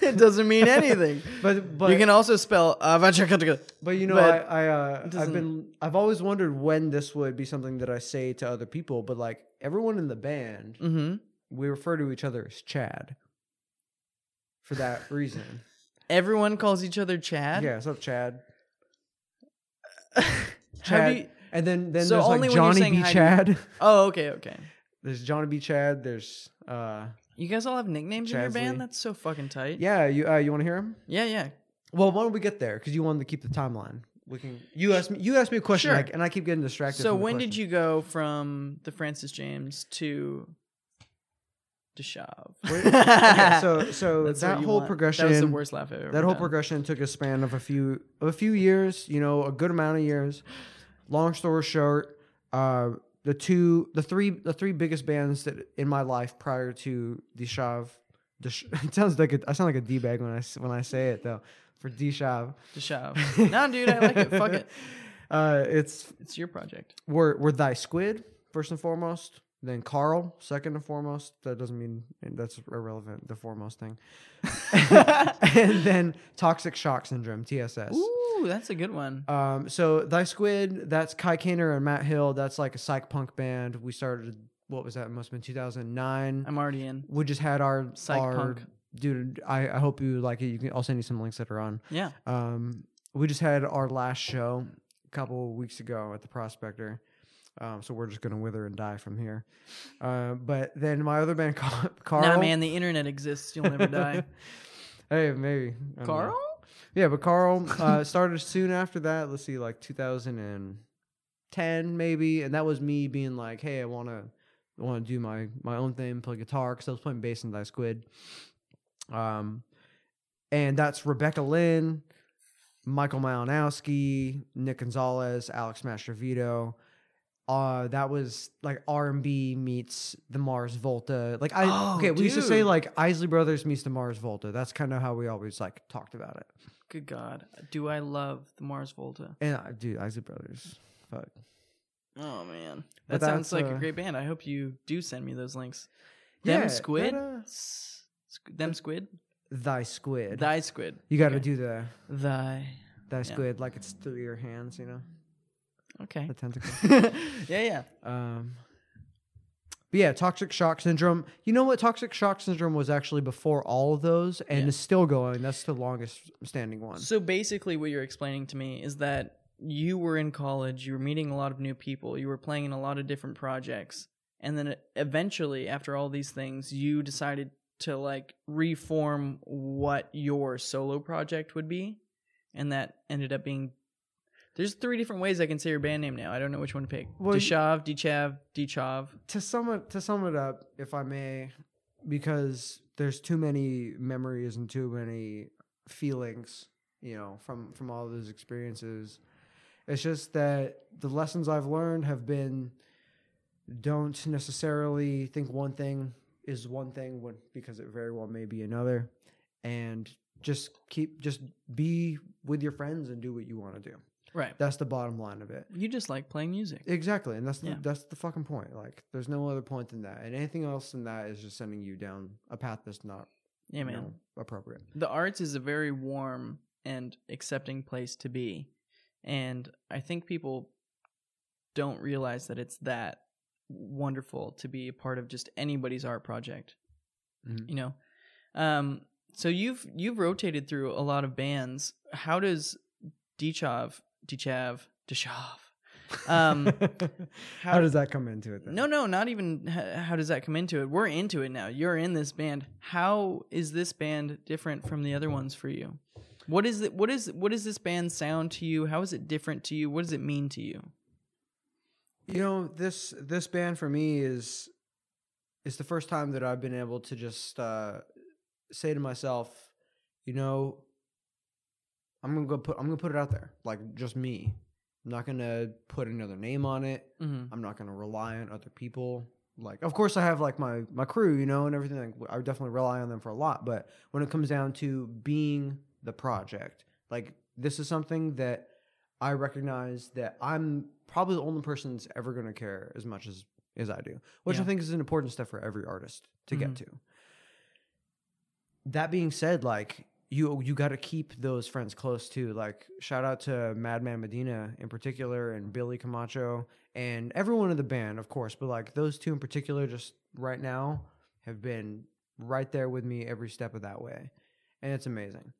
[SPEAKER 1] it doesn't mean anything.
[SPEAKER 2] But but
[SPEAKER 1] you can also spell uh, avachakataka.
[SPEAKER 2] But you know,
[SPEAKER 1] But
[SPEAKER 2] I, I uh, I've
[SPEAKER 1] doesn't-
[SPEAKER 2] been I've always wondered when this would be something that I say to other people. But like everyone in the band,
[SPEAKER 1] Mm-hmm.
[SPEAKER 2] we refer to each other as Chad. For that reason,
[SPEAKER 1] Everyone calls each other Chad.
[SPEAKER 2] yeah. What's up, Chad?
[SPEAKER 1] How do
[SPEAKER 2] Chad.
[SPEAKER 1] you,
[SPEAKER 2] And then then
[SPEAKER 1] So
[SPEAKER 2] there's
[SPEAKER 1] only
[SPEAKER 2] like
[SPEAKER 1] when you're
[SPEAKER 2] Johnny
[SPEAKER 1] saying
[SPEAKER 2] B.
[SPEAKER 1] hi to-
[SPEAKER 2] Chad.
[SPEAKER 1] oh, okay, okay.
[SPEAKER 2] there's Johnny B. Chad. There's uh,
[SPEAKER 1] You guys all have nicknames in your
[SPEAKER 2] Chasley.
[SPEAKER 1] band? That's so fucking tight.
[SPEAKER 2] yeah. You uh, you want to hear him?
[SPEAKER 1] yeah, yeah.
[SPEAKER 2] Well, why don't we get there? Because you wanted to keep the timeline. We can. You asked me. You asked me a question,
[SPEAKER 1] Sure.
[SPEAKER 2] like, and I keep getting distracted.
[SPEAKER 1] So
[SPEAKER 2] from the
[SPEAKER 1] when did
[SPEAKER 2] question.
[SPEAKER 1] you go from the Francis James to Deshav?
[SPEAKER 2] Where- okay, so so
[SPEAKER 1] That's
[SPEAKER 2] that
[SPEAKER 1] what you
[SPEAKER 2] whole
[SPEAKER 1] want.
[SPEAKER 2] progression.
[SPEAKER 1] That was the worst laugh I've ever.
[SPEAKER 2] that whole
[SPEAKER 1] done.
[SPEAKER 2] progression took a span of a few of a few years you know a good amount of years long story short uh the two the three the three biggest bands that in my life prior to Dishav Dish- it sounds like a, I sound like a d-bag when I s- when I say it though for Dishav
[SPEAKER 1] Deshav. no, dude, I like it. Fuck it.
[SPEAKER 2] uh it's
[SPEAKER 1] It's your project.
[SPEAKER 2] we're we're thy squid first and foremost then Carl second and foremost that doesn't mean that's irrelevant the foremost thing and then Toxic Shock Syndrome TSS
[SPEAKER 1] Ooh, that's a good one.
[SPEAKER 2] Um, so Thy Squid, that's Kai Kaner and Matt Hill. That's like a psych punk band. We started, what was that? Must have been 2009.
[SPEAKER 1] I'm already in.
[SPEAKER 2] we just had our
[SPEAKER 1] Psych
[SPEAKER 2] our-
[SPEAKER 1] punk.
[SPEAKER 2] Dude, I, I hope you like it. You can, I'll send you some links that are on.
[SPEAKER 1] Yeah.
[SPEAKER 2] Um, we just had our last show a couple of weeks ago at the Prospector. Um, so we're just gonna wither and die from here. Uh, but then my other band, Car- Carl.
[SPEAKER 1] Nah, man, the internet exists. You'll never die.
[SPEAKER 2] hey, maybe I don't know.
[SPEAKER 1] Carl?
[SPEAKER 2] Yeah, but Carl uh, started soon after that. Let's see, like 2010 maybe, and that was me being like, "Hey, I wanna, I wanna do my my own thing, play guitar," because I was playing bass in Die Squid. Um, and that's Rebecca Lynn, Michael Malinowski, Nick Gonzalez, Alex Mastrovito. Uh, that was like R and B meets the Mars Volta. Like I
[SPEAKER 1] Oh,
[SPEAKER 2] okay, we used to say
[SPEAKER 1] dude.
[SPEAKER 2] like Isley Brothers meets the Mars Volta. That's kind of how we always like talked about it.
[SPEAKER 1] Good God. Do I love the Mars Volta?
[SPEAKER 2] And I, dude, Isaac Brothers. Fuck.
[SPEAKER 1] Oh, man.
[SPEAKER 2] But
[SPEAKER 1] That sounds
[SPEAKER 2] that's,
[SPEAKER 1] like a
[SPEAKER 2] uh,
[SPEAKER 1] great band. I hope you do send me those links. Them Squid?
[SPEAKER 2] that, uh,
[SPEAKER 1] S- squ- Them Squid?
[SPEAKER 2] thy squid.
[SPEAKER 1] Thy Squid.
[SPEAKER 2] you got to
[SPEAKER 1] okay.
[SPEAKER 2] do the
[SPEAKER 1] Thy.
[SPEAKER 2] thy
[SPEAKER 1] Yeah.
[SPEAKER 2] squid like it's through your hands, you know,
[SPEAKER 1] Okay.
[SPEAKER 2] the tentacle.
[SPEAKER 1] yeah, yeah.
[SPEAKER 2] um, but yeah, toxic shock syndrome. You know what? Toxic shock syndrome was actually before all of those, and
[SPEAKER 1] Yeah.
[SPEAKER 2] is still going. That's the longest standing one.
[SPEAKER 1] So basically, what you're explaining to me is that you were in college, you were meeting a lot of new people, you were playing in a lot of different projects, and then eventually, after all these things, you decided to like reform what your solo project would be, and that ended up being. There's three different ways I can say your band name now. I don't know which one to pick.
[SPEAKER 2] Well, y-
[SPEAKER 1] Deshav, Dechav, Dechov.
[SPEAKER 2] to sum it to sum it up, if I may, because there's too many memories and too many feelings, you know, from from all those experiences. It's just that the lessons I've learned have been don't necessarily think one thing is one thing when because it very well may be another and just keep just be with your friends and do what you want to do.
[SPEAKER 1] Right.
[SPEAKER 2] That's the bottom line of it.
[SPEAKER 1] You just like playing music.
[SPEAKER 2] Exactly, and that's the,
[SPEAKER 1] Yeah.
[SPEAKER 2] that's the fucking point. Like, there's no other point than that, and anything else than that is just sending you down a path that's not,
[SPEAKER 1] Yeah,
[SPEAKER 2] you
[SPEAKER 1] man.
[SPEAKER 2] know, appropriate.
[SPEAKER 1] the arts is a very warm and accepting place to be and i think people don't realize that it's that wonderful to be a part of just anybody's art project you know um so you've you've rotated through a lot of bands how does Dichav Dichav Dishav um
[SPEAKER 2] how, does that come into it? Then?
[SPEAKER 1] no, no, not even h- how does that come into it? We're into it now. You're in this band. How is this band different from the other ones for you? What is it? What is what does this band sound to you? How is it different to you? What does it mean to you?
[SPEAKER 2] you know this this band for me is is the first time that I've been able to just uh, say to myself, you know, I'm gonna go put I'm gonna put it out there, like just me. I'm not gonna put another name on it.
[SPEAKER 1] Mm-hmm.
[SPEAKER 2] I'm not going to rely on other people. Like, of course, I have like my my crew, you know, and everything. Like, I definitely rely on them for a lot. But when it comes down to being the project, like this is something that I recognize that I'm probably the only person that's ever going to care as much as as I do, which I
[SPEAKER 1] Yeah.
[SPEAKER 2] think is an important step for every artist to
[SPEAKER 1] Mhm.
[SPEAKER 2] get to. That being said, like you you got to keep those friends close too. Like shout out to Madman Medina in particular and Billy Camacho and everyone in the band, of course, but like those two in particular just right now have been right there with me every step of that way. And it's amazing.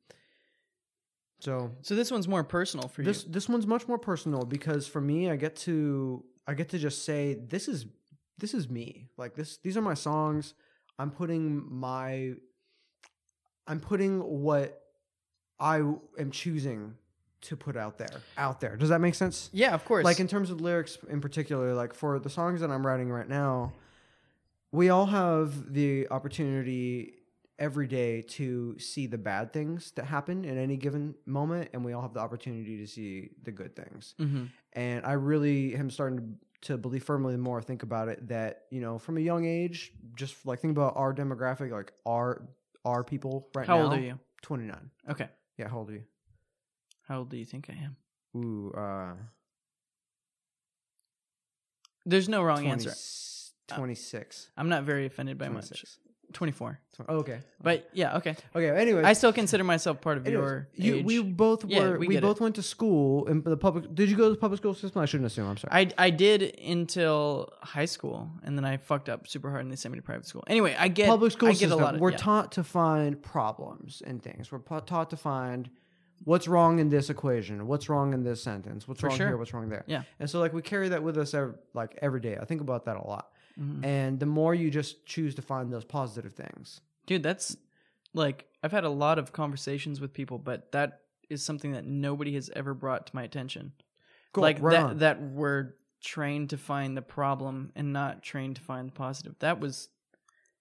[SPEAKER 2] So
[SPEAKER 1] So this one's more personal for
[SPEAKER 2] this
[SPEAKER 1] you.
[SPEAKER 2] this one's much more personal because for me i get to i get to just say this is this is me like this these are my songs i'm putting my i'm putting what i am choosing to put out there out there does that make sense
[SPEAKER 1] Yeah, of course.
[SPEAKER 2] like in terms of lyrics in particular like for the songs that i'm writing right now we all have the opportunity every day to see the bad things that happen in any given moment and we all have the opportunity to see the good things
[SPEAKER 1] hmm
[SPEAKER 2] and i really am starting to to believe firmly the more I think about it that you know from a young age just like think about our demographic like our our people right
[SPEAKER 1] How
[SPEAKER 2] now
[SPEAKER 1] old are you?
[SPEAKER 2] 29
[SPEAKER 1] Okay.
[SPEAKER 2] yeah how old are you
[SPEAKER 1] How old do you think I am?
[SPEAKER 2] ooh uh
[SPEAKER 1] There's no wrong answer.
[SPEAKER 2] 26
[SPEAKER 1] I'm not very offended by much.
[SPEAKER 2] 26.
[SPEAKER 1] 24.
[SPEAKER 2] Oh, okay.
[SPEAKER 1] But yeah, okay.
[SPEAKER 2] okay. Anyway,
[SPEAKER 1] I still consider myself part of
[SPEAKER 2] anyways,
[SPEAKER 1] your
[SPEAKER 2] you-
[SPEAKER 1] age.
[SPEAKER 2] we both were.
[SPEAKER 1] Yeah, we
[SPEAKER 2] we
[SPEAKER 1] get
[SPEAKER 2] both went to school in the public. Did you go to the public school system? I shouldn't assume. I'm sorry.
[SPEAKER 1] I I did until high school, and then I fucked up super hard, and they sent me to private school. Anyway, I get
[SPEAKER 2] public school
[SPEAKER 1] I get
[SPEAKER 2] system.
[SPEAKER 1] a lot of
[SPEAKER 2] we're
[SPEAKER 1] yeah.
[SPEAKER 2] taught to find problems and things. We're pa- taught to find what's wrong in this equation. What's wrong in this sentence. What's
[SPEAKER 1] For
[SPEAKER 2] wrong
[SPEAKER 1] sure.
[SPEAKER 2] here. What's wrong there.
[SPEAKER 1] Yeah.
[SPEAKER 2] And so like we carry that with us ev- like every day. I think about that a lot.
[SPEAKER 1] Mhm.
[SPEAKER 2] And the more you just choose to find those positive things.
[SPEAKER 1] dude. That's like I've had a lot of conversations with people, but that is something that nobody has ever brought to my attention.
[SPEAKER 2] Cool,
[SPEAKER 1] like
[SPEAKER 2] right
[SPEAKER 1] that
[SPEAKER 2] on.
[SPEAKER 1] that we're trained to find the problem and not trained to find the positive. That was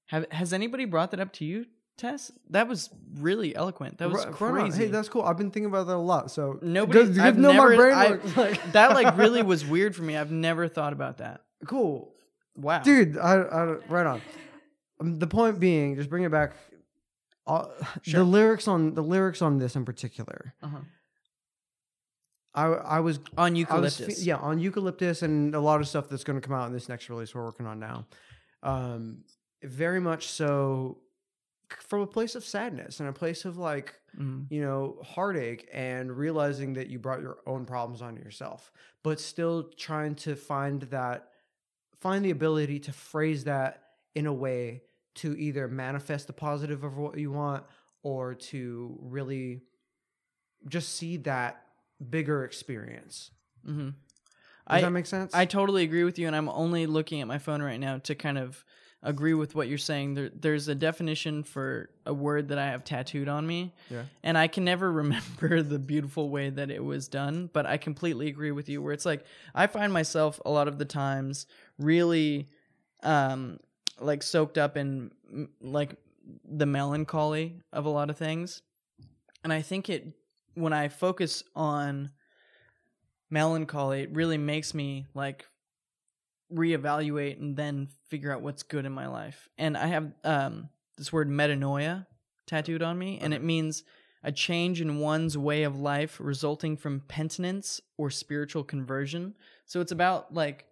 [SPEAKER 1] have has anybody brought that up to you, Tess? That was really eloquent. That was
[SPEAKER 2] Right- right on.
[SPEAKER 1] crazy.
[SPEAKER 2] Hey, that's cool. I've been thinking about that a lot. So
[SPEAKER 1] Nobody-
[SPEAKER 2] Good- good
[SPEAKER 1] I've
[SPEAKER 2] to know
[SPEAKER 1] never-
[SPEAKER 2] my brain
[SPEAKER 1] I-
[SPEAKER 2] works, like-
[SPEAKER 1] that like really was weird for me. I've never thought about that.
[SPEAKER 2] cool.
[SPEAKER 1] Wow.
[SPEAKER 2] dude I, I don't- right on Um, the point being just bring it back all,
[SPEAKER 1] Sure.
[SPEAKER 2] the lyrics on the lyrics on this in particular
[SPEAKER 1] Uh-huh.
[SPEAKER 2] i i was
[SPEAKER 1] On
[SPEAKER 2] I was
[SPEAKER 1] eucalyptus.
[SPEAKER 2] fe- yeah on eucalyptus and a lot of stuff that's going to come out in this next release we're working on now um very much so from a place of sadness and a place of like
[SPEAKER 1] Mm.
[SPEAKER 2] you know, heartache and realizing that you brought your own problems on yourself, but still trying to find that, find the ability to phrase that in a way to either manifest the positive of what you want or to really just see that bigger experience.
[SPEAKER 1] hmm
[SPEAKER 2] Does
[SPEAKER 1] I
[SPEAKER 2] that make sense?
[SPEAKER 1] I totally agree with you, and I'm only looking at my phone right now to kind of agree with what you're saying. There, there's a definition for a word that I have tattooed on me,
[SPEAKER 2] Yeah.
[SPEAKER 1] and I can never remember the beautiful way that it was done. But I completely agree with you, where it's like I find myself a lot of the times really, um, like soaked up in m- like the melancholy of a lot of things, and I think it when I focus on melancholy, it really makes me like reevaluate and then figure out what's good in my life. And I have um, this word metanoia tattooed on me, and it means a change in one's way of life resulting from penitence or spiritual conversion. So it's about like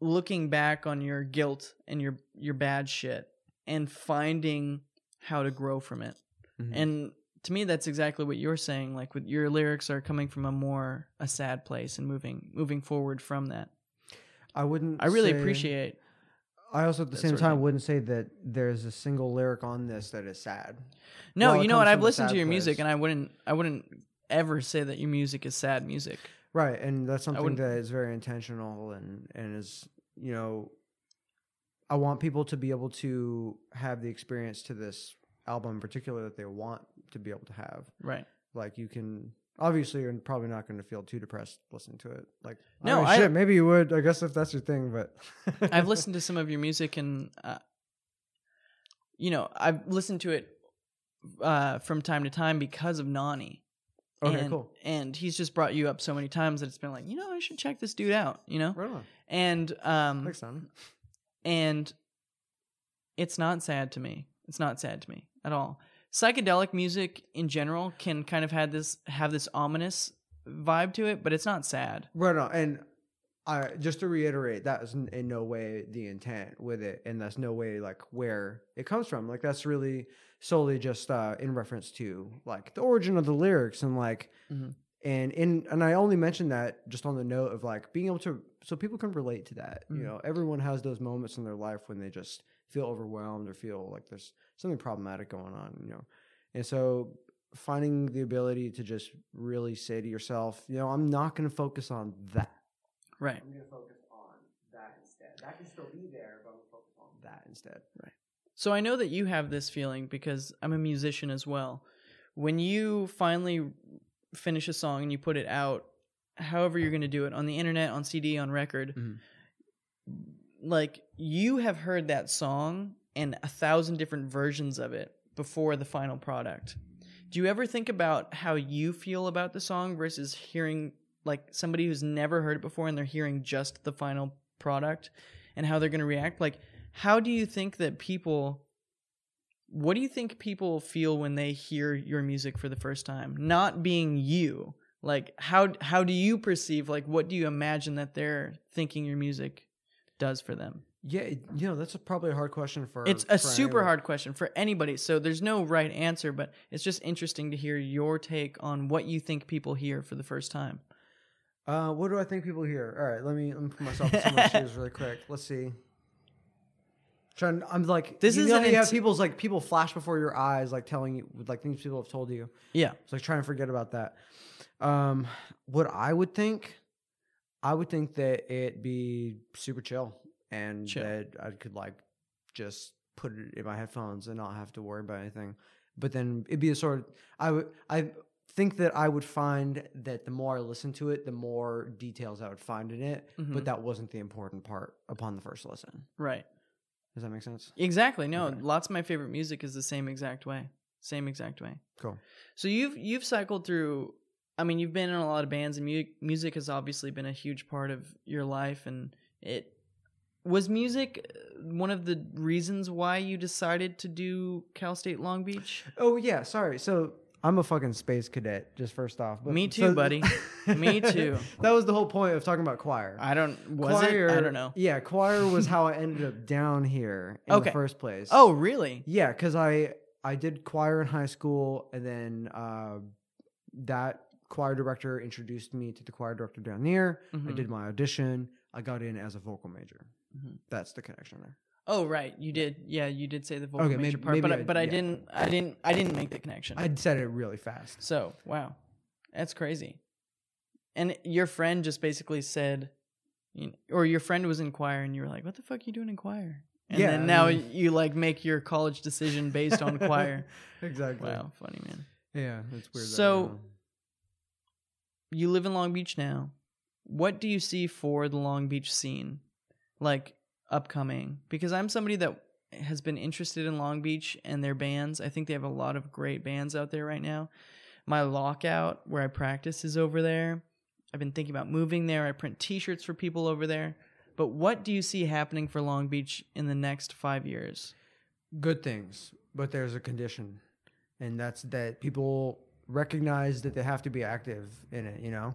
[SPEAKER 1] looking back on your guilt and your your bad shit and finding how to grow from it.
[SPEAKER 2] Mhm.
[SPEAKER 1] And to me, that's exactly what you're saying. Like with your lyrics are coming from a more a sad place and moving moving forward from that.
[SPEAKER 2] I wouldn't
[SPEAKER 1] I really
[SPEAKER 2] say-
[SPEAKER 1] appreciate.
[SPEAKER 2] I also at the
[SPEAKER 1] that
[SPEAKER 2] same
[SPEAKER 1] sort of
[SPEAKER 2] time
[SPEAKER 1] thing.
[SPEAKER 2] wouldn't say that there's a single lyric on this that is sad.
[SPEAKER 1] No,
[SPEAKER 2] Well, it
[SPEAKER 1] you know what?
[SPEAKER 2] comes
[SPEAKER 1] I've
[SPEAKER 2] from a
[SPEAKER 1] listened to
[SPEAKER 2] sad
[SPEAKER 1] your music,
[SPEAKER 2] place.
[SPEAKER 1] and I wouldn't I wouldn't ever say that your music is sad music.
[SPEAKER 2] Right, and that's something
[SPEAKER 1] wouldn't-
[SPEAKER 2] that is very intentional and and is you know, I want people to be able to have the experience to this album in particular that they want to be able to have.
[SPEAKER 1] Right.
[SPEAKER 2] Like you can obviously you're probably not going to feel too depressed listening to it. Like
[SPEAKER 1] No,
[SPEAKER 2] mean,
[SPEAKER 1] I-
[SPEAKER 2] shit, maybe you would. I guess if that's your thing, but
[SPEAKER 1] I've listened to some of your music, and uh, you know I've listened to it uh, from time to time because of Nani.
[SPEAKER 2] Okay,
[SPEAKER 1] and,
[SPEAKER 2] cool.
[SPEAKER 1] And he's just brought you up so many times that it's been like, you know, I should check this dude out. You know,
[SPEAKER 2] Right on.
[SPEAKER 1] and um,
[SPEAKER 2] Thanks, Sonny.
[SPEAKER 1] and it's not sad to me. It's not sad to me at all. Psychedelic music in general can kind of have this have this ominous vibe to it, but it's not sad.
[SPEAKER 2] Right on. And I just to reiterate, that is n- in no way the intent with it, and that's no way like where it comes from. Like that's really solely just uh, in reference to like the origin of the lyrics and like
[SPEAKER 1] Mhm.
[SPEAKER 2] and in and I only mentioned that just on the note of like being able to so people can relate to that.
[SPEAKER 1] Mm.
[SPEAKER 2] You know, everyone has those moments in their life when they just feel overwhelmed or feel like there's something problematic going on. You know, and so finding the ability to just really say to yourself, you know, I'm not going to focus on that.
[SPEAKER 1] Right.
[SPEAKER 2] I'm gonna focus on that instead. That can still be there, but I'm gonna focus on that instead.
[SPEAKER 1] So I know that you have this feeling because I'm a musician as well. When you finally finish a song and you put it out, however you're going to do it on the internet, on CD, on record,
[SPEAKER 2] Mhm.
[SPEAKER 1] like you have heard that song and a thousand different versions of it before the final product. Do you ever think about how you feel about the song versus hearing like somebody who's never heard it before and they're hearing just the final product and how they're going to react? Like how do you think that people what do you think people feel when they hear your music for the first time not being you like how how do you perceive like what do you imagine that they're thinking your music does for them
[SPEAKER 2] Yeah, it- you know that's a, probably a hard question for.
[SPEAKER 1] it's a
[SPEAKER 2] for
[SPEAKER 1] super
[SPEAKER 2] anyone.
[SPEAKER 1] hard question for anybody so there's no right answer but it's just interesting to hear your take on what you think people hear for the first time
[SPEAKER 2] Uh, what do I think people hear? All right, let me let me put myself in someone's shoes really quick. Let's see. Trying, I'm like
[SPEAKER 1] This
[SPEAKER 2] you
[SPEAKER 1] is
[SPEAKER 2] know
[SPEAKER 1] an
[SPEAKER 2] how you have
[SPEAKER 1] int-
[SPEAKER 2] people's like people flash before your eyes, like telling you like things people have told you.
[SPEAKER 1] yeah
[SPEAKER 2] So like try and forget about that. Um, what I would think, I would think that it'd be super chill and
[SPEAKER 1] Chill.
[SPEAKER 2] that I could like just put it in my headphones and not have to worry about anything. But then it'd be a sort of I would I think that I would find that the more I listened to it, the more details I would find in it.
[SPEAKER 1] Mhm.
[SPEAKER 2] But that wasn't the important part upon the first listen.
[SPEAKER 1] right
[SPEAKER 2] Does that make sense?
[SPEAKER 1] exactly no
[SPEAKER 2] Okay.
[SPEAKER 1] lots of my favorite music is the same exact way same exact way
[SPEAKER 2] Cool.
[SPEAKER 1] So you've you've cycled through. I mean, you've been in a lot of bands, and mu- music has obviously been a huge part of your life. And it was music uh, one of the reasons why you decided to do Cal State Long Beach.
[SPEAKER 2] Oh yeah, sorry. So I'm a fucking space cadet, just first off. But,
[SPEAKER 1] Me too,
[SPEAKER 2] so-
[SPEAKER 1] buddy. Me too.
[SPEAKER 2] That was the whole point of talking about choir.
[SPEAKER 1] I don't was it. I don't know.
[SPEAKER 2] Yeah, choir was how I ended up down here in
[SPEAKER 1] Okay.
[SPEAKER 2] the first place.
[SPEAKER 1] Oh, really?
[SPEAKER 2] yeah, because I I did choir in high school, and then uh, that choir director introduced me to the choir director down here. I
[SPEAKER 1] Mhm.
[SPEAKER 2] did my audition. I got in as a vocal major.
[SPEAKER 1] Mhm.
[SPEAKER 2] That's the connection there.
[SPEAKER 1] Oh, right. You did. Yeah, you did say the vocal
[SPEAKER 2] Okay,
[SPEAKER 1] major
[SPEAKER 2] maybe-
[SPEAKER 1] part, but
[SPEAKER 2] maybe
[SPEAKER 1] I,
[SPEAKER 2] I-
[SPEAKER 1] but I
[SPEAKER 2] yeah.
[SPEAKER 1] didn't. I didn't. I didn't make the connection.
[SPEAKER 2] I said it really fast.
[SPEAKER 1] So, wow. That's crazy. And your friend just basically said, you kn- or your friend was in choir and you were like, what the fuck are you doing in choir? And
[SPEAKER 2] Yeah,
[SPEAKER 1] then
[SPEAKER 2] I
[SPEAKER 1] now
[SPEAKER 2] mean-
[SPEAKER 1] you like make your college decision based on choir.
[SPEAKER 2] exactly.
[SPEAKER 1] Wow, funny man.
[SPEAKER 2] Yeah, it's weird. that,
[SPEAKER 1] So-
[SPEAKER 2] you know.
[SPEAKER 1] You live in Long Beach now. What do you see for the Long Beach scene? Like upcoming? Because I'm somebody that has been interested in Long Beach and their bands. I think they have a lot of great bands out there right now. My lockout where I practice is over there. I've been thinking about moving there. I print t-shirts for people over there. But what do you see happening for Long Beach in the next 5 years?
[SPEAKER 2] good things, but there's a condition, and that's that people recognize that they have to be active in it. You know,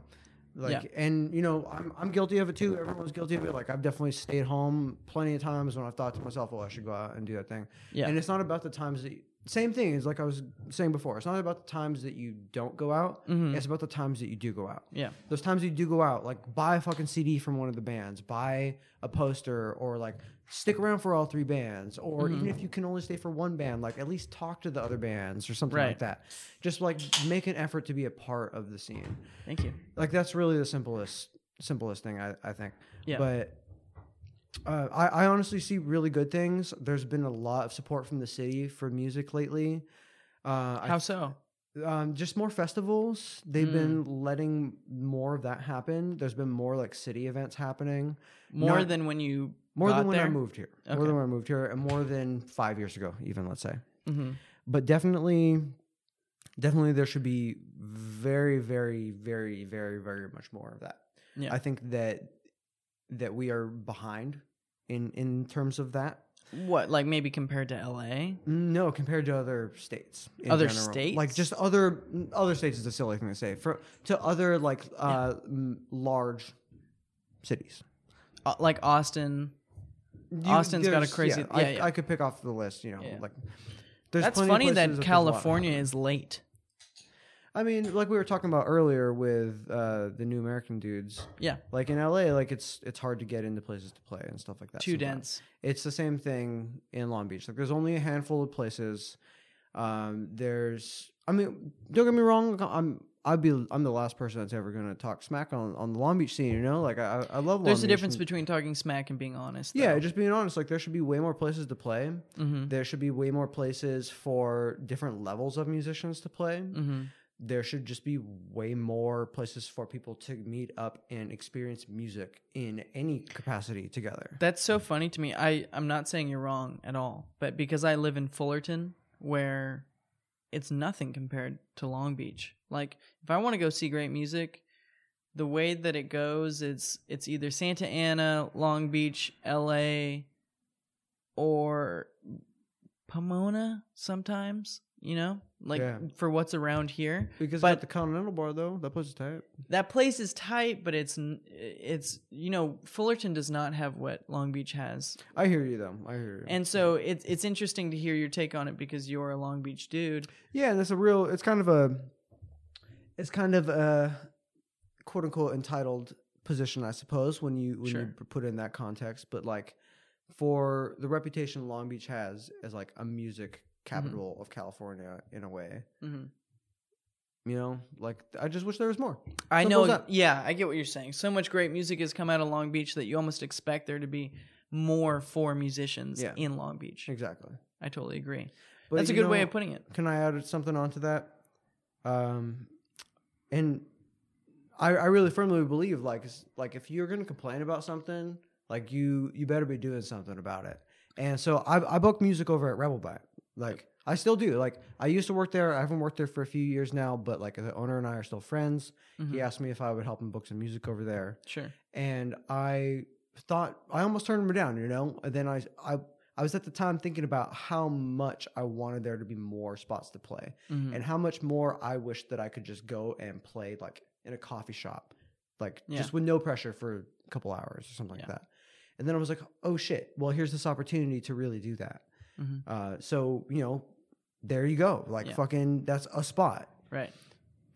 [SPEAKER 2] like, and you know, I'm I'm guilty of it too. Everyone's guilty of it. Like, I've definitely stayed home plenty of times when I've thought to myself, "Oh, I should go out and do that thing."
[SPEAKER 1] Yeah.
[SPEAKER 2] And it's not about the times that. You, same thing is like I was saying before. It's not about the times that you don't go out.
[SPEAKER 1] Mhm.
[SPEAKER 2] It's about the times that you do go out
[SPEAKER 1] yeah.
[SPEAKER 2] those times you do go out, like buy a fucking CD from one of the bands, buy a poster, or like stick around for all three bands, or
[SPEAKER 1] Mm-hmm.
[SPEAKER 2] even if you can only stay for one band, like at least talk to the other bands or something
[SPEAKER 1] Right.
[SPEAKER 2] like that. Just like make an effort to be a part of the scene.
[SPEAKER 1] Thank you.
[SPEAKER 2] Like that's really the simplest simplest thing I, I think.
[SPEAKER 1] Yeah.
[SPEAKER 2] But uh, I, I honestly see really good things. There's been a lot of support from the city for music lately. Uh, I
[SPEAKER 1] How so?
[SPEAKER 2] um, just more festivals. They've
[SPEAKER 1] Mm.
[SPEAKER 2] been letting more of that happen. There's been more like city events happening.
[SPEAKER 1] More
[SPEAKER 2] Not-
[SPEAKER 1] than when you
[SPEAKER 2] More
[SPEAKER 1] got
[SPEAKER 2] than when I
[SPEAKER 1] there?
[SPEAKER 2] moved here.
[SPEAKER 1] Okay.
[SPEAKER 2] More than when I moved here, and more than five years ago, even let's say.
[SPEAKER 1] Mhm.
[SPEAKER 2] But definitely, definitely, there should be very, very, very, very, very much more of that.
[SPEAKER 1] Yeah.
[SPEAKER 2] I think that that we are behind in in terms of that.
[SPEAKER 1] What like maybe compared to LA?
[SPEAKER 2] No, compared to other states. in
[SPEAKER 1] Other
[SPEAKER 2] like
[SPEAKER 1] states?
[SPEAKER 2] just other other states is a silly thing to say. For to other like uh, m large cities.
[SPEAKER 1] Uh, like Austin. Austin's got a
[SPEAKER 2] there's-
[SPEAKER 1] crazy-
[SPEAKER 2] I,
[SPEAKER 1] yeah, yeah.
[SPEAKER 2] I could pick off the list. You know,
[SPEAKER 1] Yeah.
[SPEAKER 2] like there's
[SPEAKER 1] That's
[SPEAKER 2] plenty of
[SPEAKER 1] funny
[SPEAKER 2] places
[SPEAKER 1] that
[SPEAKER 2] there's a lot
[SPEAKER 1] California
[SPEAKER 2] happening.
[SPEAKER 1] is late.
[SPEAKER 2] I mean, like we were talking about earlier with uh, the new American dudes.
[SPEAKER 1] Yeah.
[SPEAKER 2] Like in LA, like it's it's hard to get into places to play and stuff like that.
[SPEAKER 1] Too
[SPEAKER 2] sometimes.
[SPEAKER 1] dense.
[SPEAKER 2] It's the same thing in Long Beach. Like there's only a handful of places. Um, there's I mean, don't get me wrong, I'm I'd be I'm the last person that's ever gonna talk smack on, on the Long Beach scene, you know? Like I I I love Long
[SPEAKER 1] There's a
[SPEAKER 2] Beach
[SPEAKER 1] difference
[SPEAKER 2] and-
[SPEAKER 1] between talking smack and being honest.
[SPEAKER 2] Yeah, just being honest, like there should be way more places to play.
[SPEAKER 1] Mm-hmm.
[SPEAKER 2] There should be way more places for different levels of musicians to play
[SPEAKER 1] Mm-hmm.
[SPEAKER 2] there should just be way more places for people to meet up and experience music in any capacity together.
[SPEAKER 1] That's so funny to me. I I'm not saying you're wrong at all, but because I live in Fullerton, where it's nothing compared to Long Beach. Like if I want to go see great music, the way that it goes is it's either Santa Ana, Long Beach, L.A., or Pomona. Sometimes you know, like
[SPEAKER 2] Yeah.
[SPEAKER 1] for what's around here.
[SPEAKER 2] Because
[SPEAKER 1] But-
[SPEAKER 2] at the Continental Bar though, that place is tight.
[SPEAKER 1] that place is tight, but it's n- it's you know Fullerton does not have what Long Beach has,
[SPEAKER 2] I hear you though. I hear you.
[SPEAKER 1] and so it's it's interesting to hear your take on it because you're a Long Beach dude.
[SPEAKER 2] yeah, and it's a real. It's kind of a. It's kind of a, quote unquote entitled position, I suppose, when you when you
[SPEAKER 1] Sure.
[SPEAKER 2] p- put it in that context. But like, for the reputation Long Beach has as like a music
[SPEAKER 1] Mm-hmm.
[SPEAKER 2] capital of California in a way,
[SPEAKER 1] Mhm.
[SPEAKER 2] you know, like I just wish there was more.
[SPEAKER 1] I
[SPEAKER 2] Simple
[SPEAKER 1] know,
[SPEAKER 2] as that.
[SPEAKER 1] yeah, I get what you're saying. So much great music has come out of Long Beach that you almost expect there to be more for musicians
[SPEAKER 2] Yeah.
[SPEAKER 1] in Long Beach.
[SPEAKER 2] Exactly.
[SPEAKER 1] I totally agree.
[SPEAKER 2] But
[SPEAKER 1] That's a
[SPEAKER 2] you
[SPEAKER 1] good way
[SPEAKER 2] know,
[SPEAKER 1] of putting it.
[SPEAKER 2] Can I add something onto that? Um, and I, I really firmly believe like s- like if you're gonna complain about something, like you you better be doing something about it. And so I I book music over at Rebel Bite. Like I still do. Like I used to work there. I haven't worked there for a few years now, but like the owner and I are still friends.
[SPEAKER 1] Mhm.
[SPEAKER 2] He asked me if I would help him book some music over there
[SPEAKER 1] Sure.
[SPEAKER 2] and I thought I almost turned him down, you know. And then I I I was at the time thinking about how much I wanted there to be more spots to play
[SPEAKER 1] Mhm.
[SPEAKER 2] and how much more I wish that I could just go and play like in a coffee shop, like
[SPEAKER 1] Yeah.
[SPEAKER 2] just with no pressure for a couple hours or something like
[SPEAKER 1] Yeah.
[SPEAKER 2] that. And then I was like, oh shit, well, here's this opportunity to really do that.
[SPEAKER 1] Mhm.
[SPEAKER 2] Uh, so, you know, there you go. Like,
[SPEAKER 1] Yeah.
[SPEAKER 2] fucking, that's a spot.
[SPEAKER 1] Right.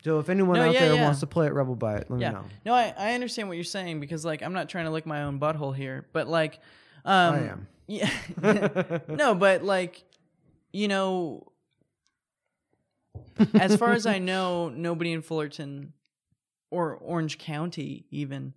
[SPEAKER 2] So, if anyone
[SPEAKER 1] No,
[SPEAKER 2] out
[SPEAKER 1] yeah,
[SPEAKER 2] there
[SPEAKER 1] yeah.
[SPEAKER 2] wants to play at Rebel Bite, let
[SPEAKER 1] Yeah.
[SPEAKER 2] me know.
[SPEAKER 1] No, I, I understand what you're saying because like I'm not trying to lick my own butthole here, but like um
[SPEAKER 2] I
[SPEAKER 1] Yeah.
[SPEAKER 2] am.
[SPEAKER 1] no, but like, you know, as far as I know, nobody in Fullerton or Orange County, even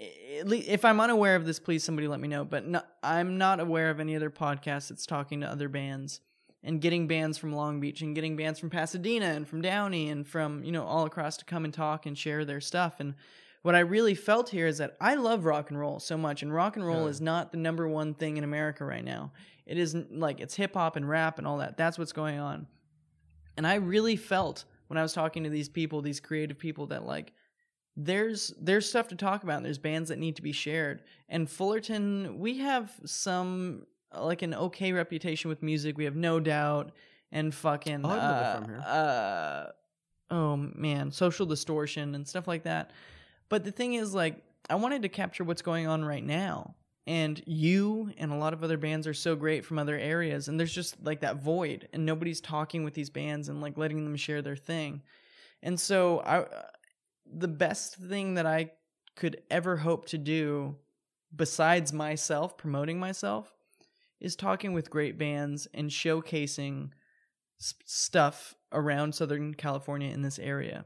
[SPEAKER 1] i- at least, if I'm unaware of this, please somebody let me know. But no, I'm not aware of any other podcast that's talking to other bands and getting bands from Long Beach and getting bands from Pasadena and from Downey and from you know all across to come and talk and share their stuff and. What I really felt here is that I love rock and roll so much, and rock and roll
[SPEAKER 2] Yeah.
[SPEAKER 1] is not the number one thing in America right now. It isn't like it's hip hop and rap and all that. That's what's going on. And I really felt when I was talking to these people, these creative people, that like there's there's stuff to talk about. There's bands that need to be shared. And Fullerton, we have some like an okay reputation with music. We have no doubt and fucking
[SPEAKER 2] Oh, I know they're
[SPEAKER 1] uh,
[SPEAKER 2] from here.
[SPEAKER 1] uh oh man, social distortion and stuff like that. But the thing is like I wanted to capture what's going on right now. And you and a lot of other bands are so great from other areas and there's just like that void and nobody's talking with these bands and like letting them share their thing. And so I the best thing that I could ever hope to do besides myself promoting myself is talking with great bands and showcasing s- stuff around Southern California in this area.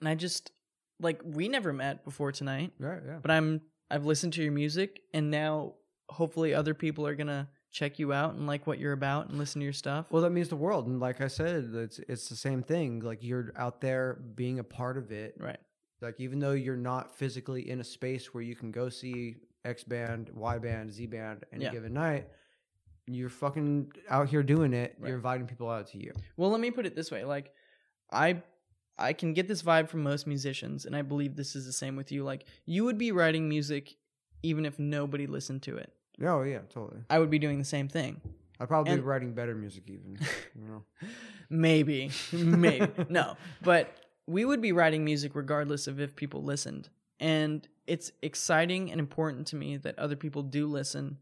[SPEAKER 1] And I just like we never met before tonight,
[SPEAKER 2] Right, yeah.
[SPEAKER 1] but I'm I've listened to your music and now hopefully other people are going to check you out and like what you're about and listen to your stuff.
[SPEAKER 2] Well, that means the world, and like I said, it's it's the same thing. Like you're out there being a part of it.
[SPEAKER 1] right.
[SPEAKER 2] Like even though you're not physically in a space where you can go see X band, Y band, Z band any
[SPEAKER 1] Yeah.
[SPEAKER 2] given night, you're fucking out here doing it.
[SPEAKER 1] Right.
[SPEAKER 2] You're inviting people out to you.
[SPEAKER 1] Well, let me put it this way: like, I I can get this vibe from most musicians, and I believe this is the same with you. Like, you would be writing music even if nobody listened to it.
[SPEAKER 2] Oh yeah, totally.
[SPEAKER 1] I would be doing the same thing.
[SPEAKER 2] I'd probably
[SPEAKER 1] And-
[SPEAKER 2] be writing better music even. you know.
[SPEAKER 1] Maybe, maybe no, but we would be writing music regardless of if people listened. and it's exciting and important to me that other people do listen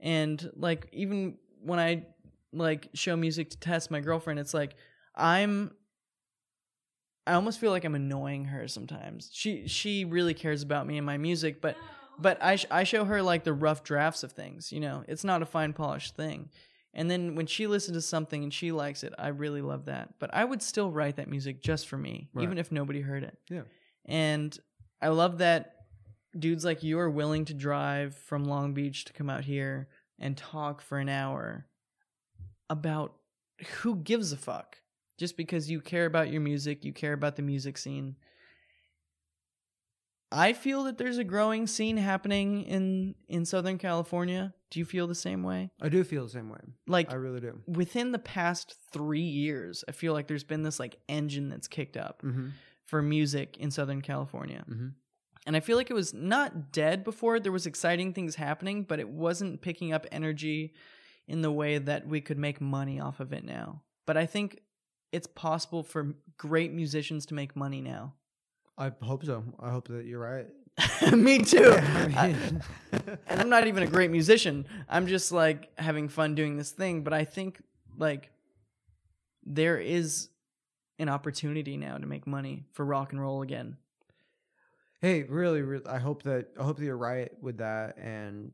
[SPEAKER 1] and like even when i like show music to test my girlfriend it's like i'm i almost feel like i'm annoying her sometimes she she really cares about me and my music but but i sh- i show her like the rough drafts of things you know it's not a fine polished thing and then when she listens to something and she likes it i really love that but i would still write that music just for me
[SPEAKER 2] Right.
[SPEAKER 1] even if nobody heard it
[SPEAKER 2] Yeah.
[SPEAKER 1] and I love that dudes like you are willing to drive from Long Beach to come out here and talk for an hour about who gives a fuck just because you care about your music, you care about the music scene. I feel that there's a growing scene happening in in Southern California. Do you feel the same way?
[SPEAKER 2] I do feel the same way.
[SPEAKER 1] Like
[SPEAKER 2] I really do.
[SPEAKER 1] within the past 3 years, I feel like there's been this like engine that's kicked up
[SPEAKER 2] Mm-hmm.
[SPEAKER 1] for music in Southern California
[SPEAKER 2] Mm-hmm.
[SPEAKER 1] and I feel like it was not dead before. There was exciting things happening, but it wasn't picking up energy in the way that we could make money off of it now. But I think it's possible for great musicians to make money now.
[SPEAKER 2] I hope so. I hope that you're right.
[SPEAKER 1] Me too. I-
[SPEAKER 2] I-
[SPEAKER 1] and I'm not even a great musician. I'm just like having fun doing this thing. But I think like there is an opportunity now to make money for rock and roll again.
[SPEAKER 2] hey, really, really, I hope that I hope that you're right with that, and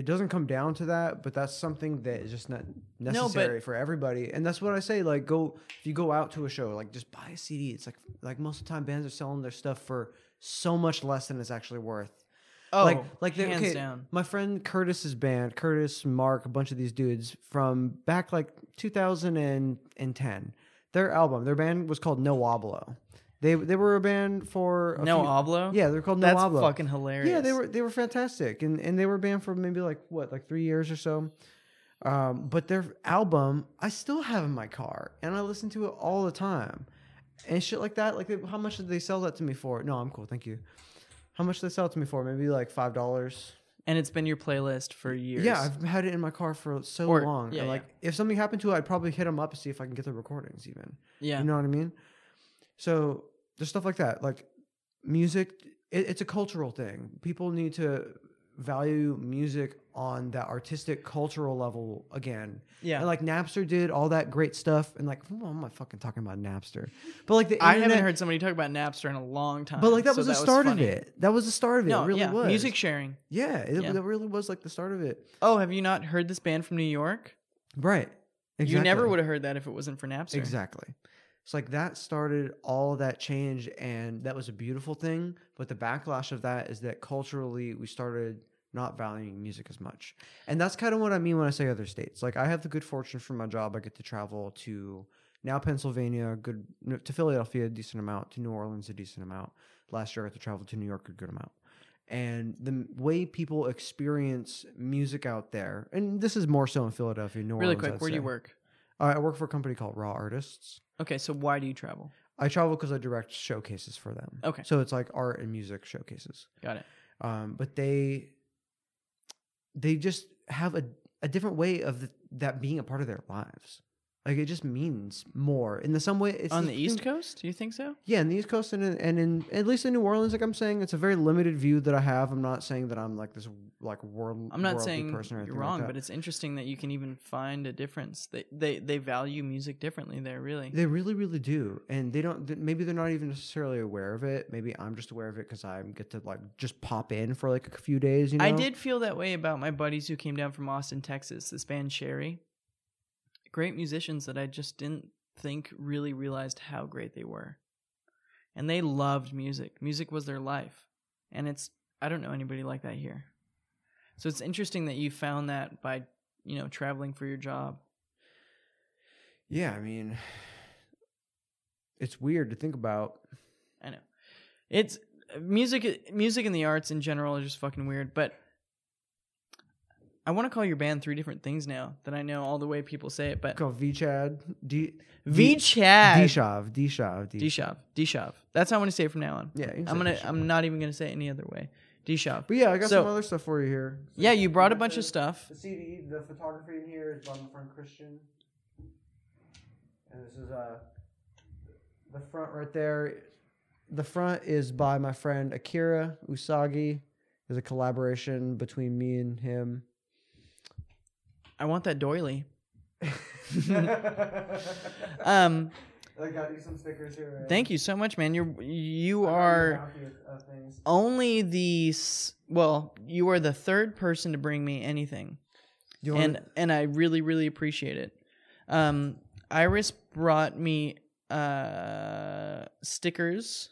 [SPEAKER 2] it doesn't come down to that, but that's something that is just not
[SPEAKER 1] but-
[SPEAKER 2] necessary for everybody, and that's what I say. Like, go if you go out to a show, like just buy a CD. It's like like most of the time bands are selling their stuff for so much less than it's actually worth.
[SPEAKER 1] Oh,
[SPEAKER 2] like like they-
[SPEAKER 1] hands
[SPEAKER 2] okay,
[SPEAKER 1] down.
[SPEAKER 2] My friend Curtis's band, Curtis, Mark, a bunch of these dudes from back like 2010. Their album, their band was called No Oblo. They they were a band for a
[SPEAKER 1] No
[SPEAKER 2] few-
[SPEAKER 1] Oblo.
[SPEAKER 2] Yeah, they were called No
[SPEAKER 1] That's
[SPEAKER 2] Oblo.
[SPEAKER 1] fucking hilarious.
[SPEAKER 2] Yeah, they were they were fantastic, and and they were banned for maybe like what like three years or so. Um, but their album I still have in my car, and I listen to it all the time, and shit like that. Like, they, how much did they sell that to me for? No, I'm cool, thank you. How much did they sell it to me for? Maybe like five dollars.
[SPEAKER 1] and it's been your playlist for years.
[SPEAKER 2] Yeah, I've had it in my car for so
[SPEAKER 1] Or-
[SPEAKER 2] long.
[SPEAKER 1] yeah,
[SPEAKER 2] and like, if something happened to it, I'd probably hit them up and see if I can get the recordings even.
[SPEAKER 1] yeah.
[SPEAKER 2] You know what I mean? So there's stuff like that. Like music, it, it's a cultural thing. People need to value music on that artistic cultural level again.
[SPEAKER 1] yeah.
[SPEAKER 2] And like Napster did all that great stuff. And like, why am I fucking talking about Napster? But like the
[SPEAKER 1] I
[SPEAKER 2] internet-
[SPEAKER 1] haven't heard somebody talk about Napster in a long time.
[SPEAKER 2] But like that
[SPEAKER 1] so
[SPEAKER 2] was the start of
[SPEAKER 1] funny.
[SPEAKER 2] it. That was the start of it.
[SPEAKER 1] No,
[SPEAKER 2] it really
[SPEAKER 1] yeah,
[SPEAKER 2] was.
[SPEAKER 1] music sharing.
[SPEAKER 2] yeah, it,
[SPEAKER 1] Yeah.
[SPEAKER 2] that really was like the start of it.
[SPEAKER 1] Oh, have you not heard this band from New York?
[SPEAKER 2] Right. Exactly.
[SPEAKER 1] You never would have heard that if it wasn't for Napster.
[SPEAKER 2] Exactly. It's like that started all that change, and that was a beautiful thing. But the backlash of that is that culturally, we started not valuing music as much. And that's kind of what I mean when I say other states. Like, I have the good fortune from my job, I get to travel to now Pennsylvania, a good no, to Philadelphia, a decent amount, to New Orleans, a decent amount. Last year, I got to travel to New York, a good amount. And the m- way people experience music out there, and this is more so in Philadelphia, New
[SPEAKER 1] Really
[SPEAKER 2] Orleans.
[SPEAKER 1] quick,
[SPEAKER 2] I'd
[SPEAKER 1] where do you
[SPEAKER 2] say.
[SPEAKER 1] work?
[SPEAKER 2] Uh, I work for a company called Raw Artists.
[SPEAKER 1] Okay, so why do you travel?
[SPEAKER 2] I travel because I direct showcases for them.
[SPEAKER 1] Okay.
[SPEAKER 2] So it's like art and music showcases.
[SPEAKER 1] Got it.
[SPEAKER 2] Um, but they they just have a, a different way of th- that being a part of their lives. Like it just means more. In the some way, it's
[SPEAKER 1] On the
[SPEAKER 2] thing-
[SPEAKER 1] East Coast? Do you think so?
[SPEAKER 2] yeah, in the East Coast and in, and in at least in New Orleans, like I'm saying, it's a very limited view that I have. I'm not saying that I'm like this like world.
[SPEAKER 1] I'm not
[SPEAKER 2] worldly
[SPEAKER 1] saying
[SPEAKER 2] person or
[SPEAKER 1] you're
[SPEAKER 2] anything
[SPEAKER 1] wrong,
[SPEAKER 2] like
[SPEAKER 1] but
[SPEAKER 2] that.
[SPEAKER 1] it's interesting that you can even find a difference. They they they value music differently there, really.
[SPEAKER 2] They really, really do, and they don't. th- Maybe they're not even necessarily aware of it. Maybe I'm just aware of it because I get to like just pop in for like a few days. You know,
[SPEAKER 1] I did feel that way about my buddies who came down from Austin, Texas, this band Sherry. Great musicians that I just didn't think really realized how great they were. And they loved music. Music was their life. And it's I don't know anybody like that here. So it's interesting that you found that by, you know, traveling for your job.
[SPEAKER 2] Yeah, I mean, it's weird to think about.
[SPEAKER 1] I know. It's music music and the arts in general are just fucking weird, but I want to call your band three different things now that I know all the way people say it, but
[SPEAKER 2] Called VChad, D,
[SPEAKER 1] V
[SPEAKER 2] D-
[SPEAKER 1] Chad.
[SPEAKER 2] Dishav, Dishav,
[SPEAKER 1] D Shop. D Shop. That's how I'm gonna say it from now on.
[SPEAKER 2] Yeah, you can
[SPEAKER 1] I'm
[SPEAKER 2] say
[SPEAKER 1] gonna
[SPEAKER 2] Dishav.
[SPEAKER 1] I'm not even gonna say it any other way. D Shop.
[SPEAKER 2] But yeah, I got
[SPEAKER 1] So-
[SPEAKER 2] some other stuff for you here.
[SPEAKER 1] Yeah, you brought a bunch of stuff.
[SPEAKER 2] The CD, the photography in here is by my friend Christian, and this is uh the front right there The front is by my friend Akira Usagi. It's a collaboration between me and him.
[SPEAKER 1] I want that doily. Um,
[SPEAKER 2] I got you some stickers here.
[SPEAKER 1] thank you so much, man. You're you are.
[SPEAKER 2] uh,
[SPEAKER 1] only the s- well you are the third person to bring me anything
[SPEAKER 2] You
[SPEAKER 1] and
[SPEAKER 2] want,
[SPEAKER 1] and i really really appreciate it um iris brought me uh stickers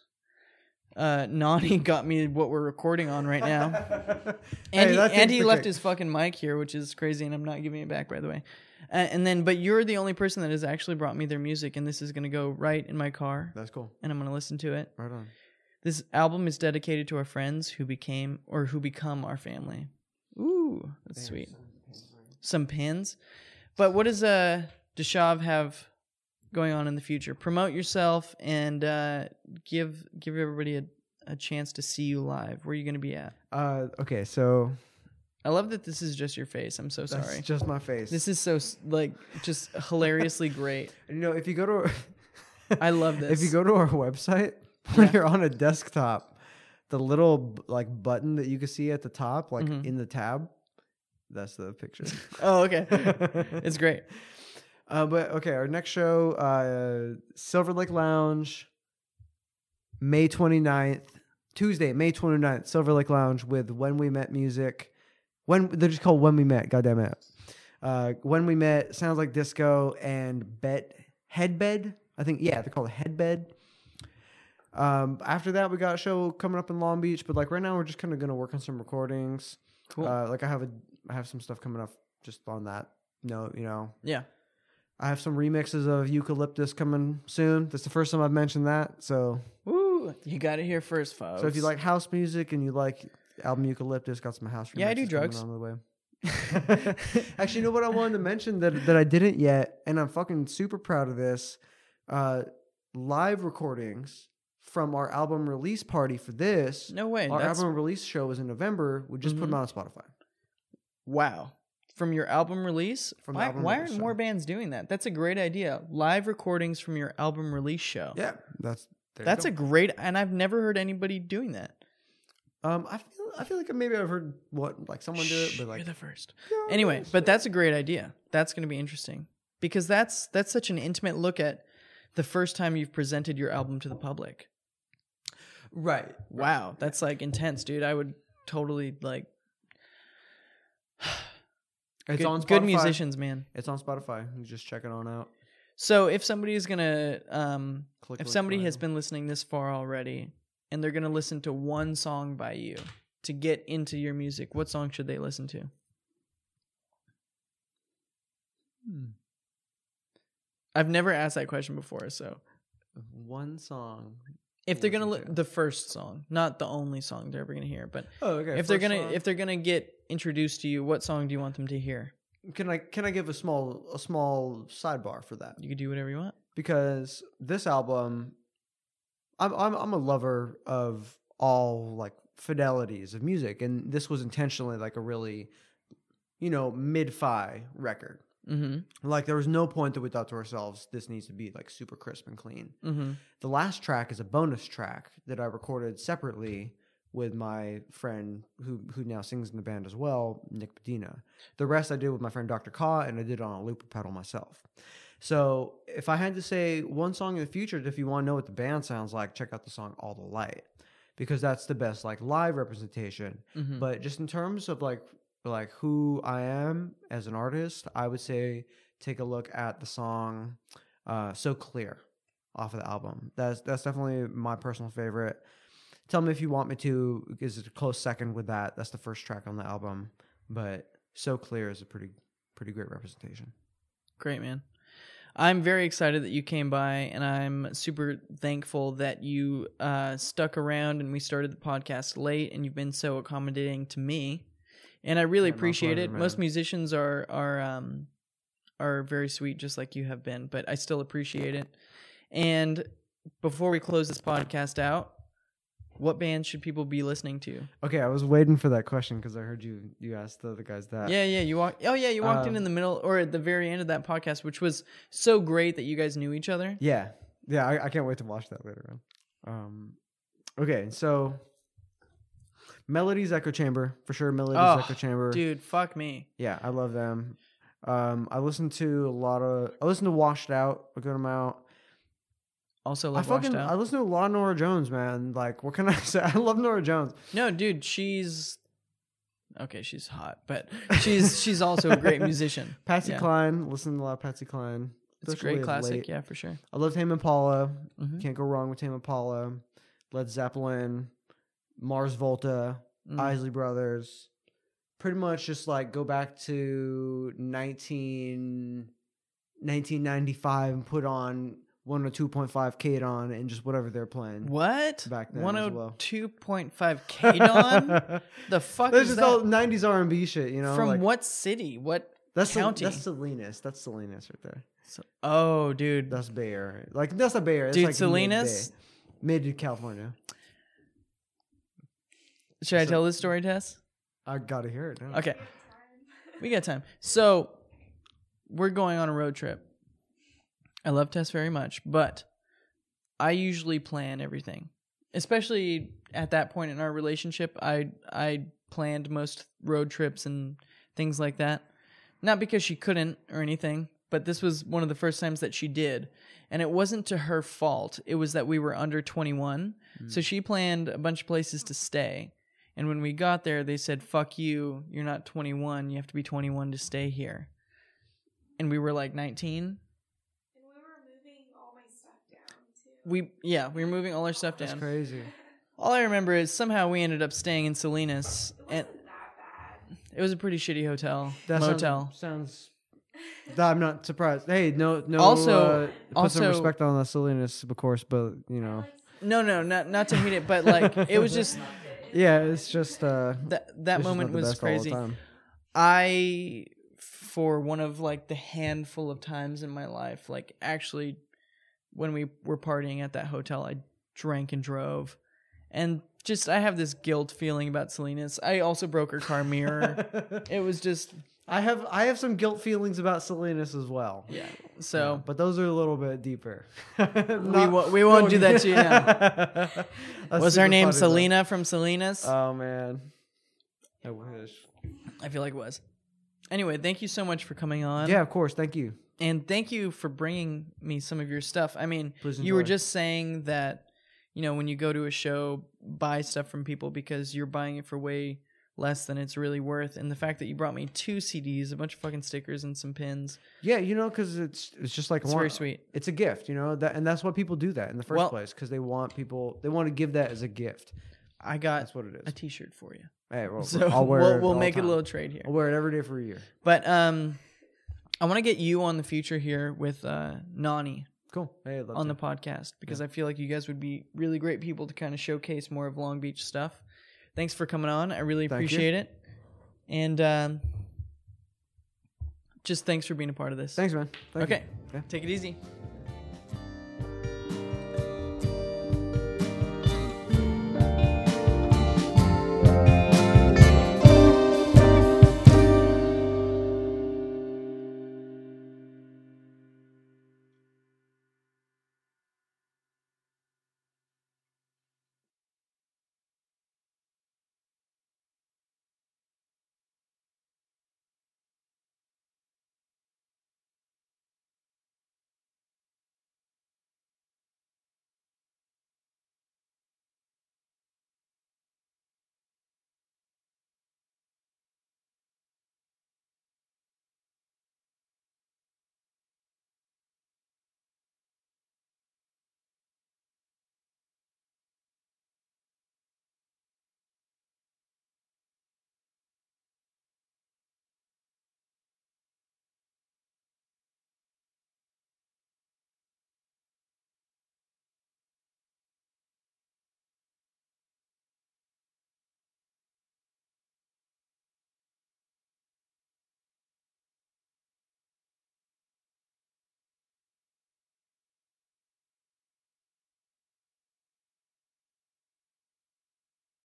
[SPEAKER 1] uh nani got me what we're recording on right now and he, and he left his fucking mic here which is crazy and i'm not giving it back by the way uh, and then but you're the only person that has actually brought me their music and this is going to go right in my car
[SPEAKER 2] That's cool.
[SPEAKER 1] and i'm going to listen to it
[SPEAKER 2] Right on.
[SPEAKER 1] this album is dedicated to our friends who became or who become our family. Ooh, that's sweet. Some pins. But what does uh Deshav have going on in the future? Promote yourself and uh give give everybody a, a chance to see you live. Where are you gonna be at?
[SPEAKER 2] Uh, okay, so
[SPEAKER 1] I love that this is just your face. I'm so
[SPEAKER 2] that's
[SPEAKER 1] sorry.
[SPEAKER 2] just my face.
[SPEAKER 1] This is so s- like just hilariously great.
[SPEAKER 2] you know, if you go to,
[SPEAKER 1] I love this.
[SPEAKER 2] If you go to our website, when
[SPEAKER 1] Yeah.
[SPEAKER 2] you're on a desktop, the little b- like button that you can see at the top, like
[SPEAKER 1] Mhm.
[SPEAKER 2] in the tab, that's the picture.
[SPEAKER 1] Oh, okay. It's great.
[SPEAKER 2] Uh, but okay, our next show, uh, Silver Lake Lounge, May 29th, Tuesday, May 29th, Silver Lake Lounge with When We Met Music. When they're just called When We Met, goddamn it. Uh, when We Met, Sounds Like Disco and Bet Headbed. I think yeah, they're called Headbed. Um, after that, we got a show coming up in Long Beach, but like right now, we're just kind of gonna work on some recordings.
[SPEAKER 1] Cool.
[SPEAKER 2] Uh, like I have a, I have some stuff coming up just on that note, you know.
[SPEAKER 1] yeah.
[SPEAKER 2] I have some remixes of Eucalyptus coming soon. That's the first time I've mentioned that. So,
[SPEAKER 1] Woo. You got it here first, folks.
[SPEAKER 2] so if you like house music and you like album Eucalyptus, got some house. Remixes
[SPEAKER 1] Yeah, I do
[SPEAKER 2] coming
[SPEAKER 1] drugs.
[SPEAKER 2] On the way. Actually, you know what I wanted to mention that that I didn't yet, and I'm fucking super proud of this. Uh, live recordings from our album release party for this.
[SPEAKER 1] no way.
[SPEAKER 2] our
[SPEAKER 1] That's Mm-hmm.
[SPEAKER 2] album release show was in November. We just put them out on Spotify.
[SPEAKER 1] Wow. From your album release?
[SPEAKER 2] From the
[SPEAKER 1] why,
[SPEAKER 2] album
[SPEAKER 1] why
[SPEAKER 2] release,
[SPEAKER 1] aren't
[SPEAKER 2] so-
[SPEAKER 1] more bands doing that? That's a great idea. Live recordings from your album release show.
[SPEAKER 2] Yeah, that's
[SPEAKER 1] Oh.
[SPEAKER 2] there you
[SPEAKER 1] That's
[SPEAKER 2] go.
[SPEAKER 1] a great and I've never heard anybody doing that.
[SPEAKER 2] Um, I feel I feel like maybe I've heard what like someone do it,
[SPEAKER 1] Shh,
[SPEAKER 2] but like
[SPEAKER 1] You're the first.
[SPEAKER 2] yeah,
[SPEAKER 1] Anyway,
[SPEAKER 2] yeah,
[SPEAKER 1] but that's a great idea. That's going to be interesting because that's that's such an intimate look at the first time you've presented your album to the public.
[SPEAKER 2] right.
[SPEAKER 1] Wow, that's like intense, dude. I would totally like
[SPEAKER 2] It's
[SPEAKER 1] good,
[SPEAKER 2] on Spotify.
[SPEAKER 1] good musicians, man.
[SPEAKER 2] It's on Spotify. You just check it on out.
[SPEAKER 1] So if somebody is going to um
[SPEAKER 2] Click
[SPEAKER 1] if
[SPEAKER 2] link
[SPEAKER 1] somebody
[SPEAKER 2] below.
[SPEAKER 1] has been listening this far already and they're going to listen to one song by you to get into your music, what song should they listen to?
[SPEAKER 2] Hmm.
[SPEAKER 1] I've never asked that question before, so
[SPEAKER 2] one song.
[SPEAKER 1] if they're going to
[SPEAKER 2] Listen
[SPEAKER 1] li- the first song, not the only song they're ever going to hear, but
[SPEAKER 2] Oh, okay.
[SPEAKER 1] if they're going to if they're going to get introduced to you, what song do you want them to hear?
[SPEAKER 2] can I can I give a small a small sidebar for that
[SPEAKER 1] You can do whatever you want.
[SPEAKER 2] because this album, I'm I'm I'm a lover of all like fidelities of music, and this was intentionally like a really, you know, mid fi record.
[SPEAKER 1] Mhm.
[SPEAKER 2] Like there was no point that we thought to ourselves, this needs to be like super crisp and clean.
[SPEAKER 1] Mhm.
[SPEAKER 2] The last track is a bonus track that I recorded separately with my friend who who now sings in the band as well, Nick Medina. The rest I did with my friend Dr. Ka and I did on a looper pedal myself. So if I had to say one song in the future, if you want to know what the band sounds like, check out the song All the Light. Because that's the best like live representation.
[SPEAKER 1] Mhm.
[SPEAKER 2] But just in terms of like like who I am as an artist, I would say take a look at the song uh, "So Clear" off of the album. That's that's definitely my personal favorite. Tell me if you want me to. Is it a close second with that? That's the first track on the album, but "So Clear" is a pretty pretty great representation.
[SPEAKER 1] Great, man. I'm very excited that you came by, and I'm super thankful that you uh, stuck around and we started the podcast late, and you've been so accommodating to me. And I really
[SPEAKER 2] Yeah, my
[SPEAKER 1] appreciate it.
[SPEAKER 2] pleasure,
[SPEAKER 1] Most
[SPEAKER 2] man.
[SPEAKER 1] musicians are are um, are very sweet, just like you have been, but I still appreciate it. And before we close this podcast out, what bands should people be listening to?
[SPEAKER 2] Okay, I was waiting for that question because I heard you you asked the other guys that.
[SPEAKER 1] Yeah, yeah, you walked. Oh, yeah, you walked in
[SPEAKER 2] Uh, Um,
[SPEAKER 1] in the middle or at the very end of that podcast, which was so great that you guys knew each other.
[SPEAKER 2] Yeah, yeah. I, I can't wait to watch that later on. Um, Okay, so Melody's Echo Chamber for sure. Melody's
[SPEAKER 1] Oh,
[SPEAKER 2] Echo Chamber.
[SPEAKER 1] Dude, fuck me.
[SPEAKER 2] Yeah, I love them. Um, I listen to a lot of. I listen to Washed Out a good amount.
[SPEAKER 1] Also,
[SPEAKER 2] I
[SPEAKER 1] love
[SPEAKER 2] fucking
[SPEAKER 1] Washed Out.
[SPEAKER 2] I listen to a lot of Nora Jones, man. Like, what can I say? I love Nora Jones.
[SPEAKER 1] No, dude, she's okay. She's hot, but she's she's also a great musician.
[SPEAKER 2] Patsy
[SPEAKER 1] Yeah.
[SPEAKER 2] Cline, listen to a lot of Patsy Cline.
[SPEAKER 1] It's a
[SPEAKER 2] especially
[SPEAKER 1] great
[SPEAKER 2] of
[SPEAKER 1] classic,
[SPEAKER 2] late.
[SPEAKER 1] yeah, for sure.
[SPEAKER 2] I love Tame Impala.
[SPEAKER 1] Mhm.
[SPEAKER 2] Can't go wrong with Tame Impala. Led Zeppelin, Mars Volta,
[SPEAKER 1] Mm.
[SPEAKER 2] Isley Brothers. Pretty much just like go back to 19, 1995 and put on 102.5 Kate on and just whatever they're playing.
[SPEAKER 1] What?
[SPEAKER 2] Back then
[SPEAKER 1] One
[SPEAKER 2] as
[SPEAKER 1] hundred
[SPEAKER 2] well.
[SPEAKER 1] two point five Kadon. The fuck
[SPEAKER 2] That's
[SPEAKER 1] is
[SPEAKER 2] just
[SPEAKER 1] that?
[SPEAKER 2] all 90s R&B shit, you know?
[SPEAKER 1] From
[SPEAKER 2] like,
[SPEAKER 1] what city? What?
[SPEAKER 2] that's Sel-
[SPEAKER 1] county?
[SPEAKER 2] that's Salinas. That's Salinas right there.
[SPEAKER 1] so- oh, dude,
[SPEAKER 2] That's Bay Area. Like that's a Bay Area. It's
[SPEAKER 1] Dude,
[SPEAKER 2] like
[SPEAKER 1] Salinas-
[SPEAKER 2] mid mid California.
[SPEAKER 1] should I
[SPEAKER 2] so-
[SPEAKER 1] tell this story, Tess?
[SPEAKER 2] I gotta hear it. Now.
[SPEAKER 1] Okay, we got time. So we're going on a road trip. I love Tess very much, but I usually plan everything. Especially at that point in our relationship, I I planned most road trips and things like that. Not because she couldn't or anything, but this was one of the first times that she did. And it wasn't to her fault. It was that we were under 21. So
[SPEAKER 2] Mm.
[SPEAKER 1] she planned a bunch of places to stay. And when we got there, they said, fuck you. You're not 21. You have to be 21 to stay here. And we were like 19.
[SPEAKER 3] And we were moving all my stuff down too.
[SPEAKER 1] We, yeah, we were moving all our stuff
[SPEAKER 2] That's
[SPEAKER 1] down.
[SPEAKER 2] crazy.
[SPEAKER 1] All I remember is somehow we ended up staying in Salinas.
[SPEAKER 3] It
[SPEAKER 1] And
[SPEAKER 3] wasn't that bad.
[SPEAKER 1] it was a pretty shitty hotel,
[SPEAKER 2] That sounds-
[SPEAKER 1] motel.
[SPEAKER 2] sounds. I'm not surprised. Hey, no, no.
[SPEAKER 1] Also-
[SPEAKER 2] uh, put some
[SPEAKER 1] also-
[SPEAKER 2] respect on the Salinas, of course, but you know,
[SPEAKER 1] No, no, not, not to hate it, but like, it was just
[SPEAKER 2] yeah, it's just uh,
[SPEAKER 1] that, that
[SPEAKER 2] it's just
[SPEAKER 1] moment
[SPEAKER 2] not the
[SPEAKER 1] was
[SPEAKER 2] best all the
[SPEAKER 1] crazy.
[SPEAKER 2] time.
[SPEAKER 1] I, for one of like the handful of times in my life, like actually when we were partying at that hotel, I drank and drove. And just, I have this guilt feeling about Salinas. I also broke her car mirror. it was just,
[SPEAKER 2] I have I have some guilt feelings about Salinas as well.
[SPEAKER 1] yeah. So,
[SPEAKER 2] but those are a little bit deeper.
[SPEAKER 1] won't- we won't do that to you now.
[SPEAKER 2] now.
[SPEAKER 1] was her name Selena from Salinas?
[SPEAKER 2] Oh man, I wish.
[SPEAKER 1] I feel like it was. Anyway, thank you so much for coming on.
[SPEAKER 2] Yeah, of course. Thank you.
[SPEAKER 1] and thank you for bringing me some of your stuff. I mean,
[SPEAKER 2] Please
[SPEAKER 1] you were
[SPEAKER 2] enjoy.
[SPEAKER 1] just saying that, you know, when you go to a show, buy stuff from people because you're buying it for way less than it's really worth. And the fact that you brought me two CDs, a bunch of fucking stickers, and some pins,
[SPEAKER 2] Yeah, you know, because it's it's just like
[SPEAKER 1] it's
[SPEAKER 2] want-
[SPEAKER 1] very sweet.
[SPEAKER 2] It's a gift, you know, that and that's why people do that in the first
[SPEAKER 1] Well-
[SPEAKER 2] place because they want people they want to give that as a gift.
[SPEAKER 1] I got
[SPEAKER 2] That's what it
[SPEAKER 1] a
[SPEAKER 2] is.
[SPEAKER 1] T-shirt for you,
[SPEAKER 2] Hey, well,
[SPEAKER 1] so
[SPEAKER 2] I'll wear
[SPEAKER 1] we'll,
[SPEAKER 2] it
[SPEAKER 1] we'll
[SPEAKER 2] all
[SPEAKER 1] make
[SPEAKER 2] the
[SPEAKER 1] a
[SPEAKER 2] time.
[SPEAKER 1] little trade here.
[SPEAKER 2] I'll wear it every day for a year.
[SPEAKER 1] But um, I want to get you on the future here with uh Nani
[SPEAKER 2] Cool. Hey, I'd love
[SPEAKER 1] on
[SPEAKER 2] to.
[SPEAKER 1] the podcast because I feel like you guys would be really great people to kind of showcase more of Long Beach stuff. Thanks for coming on. I really
[SPEAKER 2] Thank you.
[SPEAKER 1] appreciate it. And um, just thanks for being a part of this.
[SPEAKER 2] thanks, man. Thank you.
[SPEAKER 1] okay.
[SPEAKER 2] Yeah.
[SPEAKER 1] Take it easy.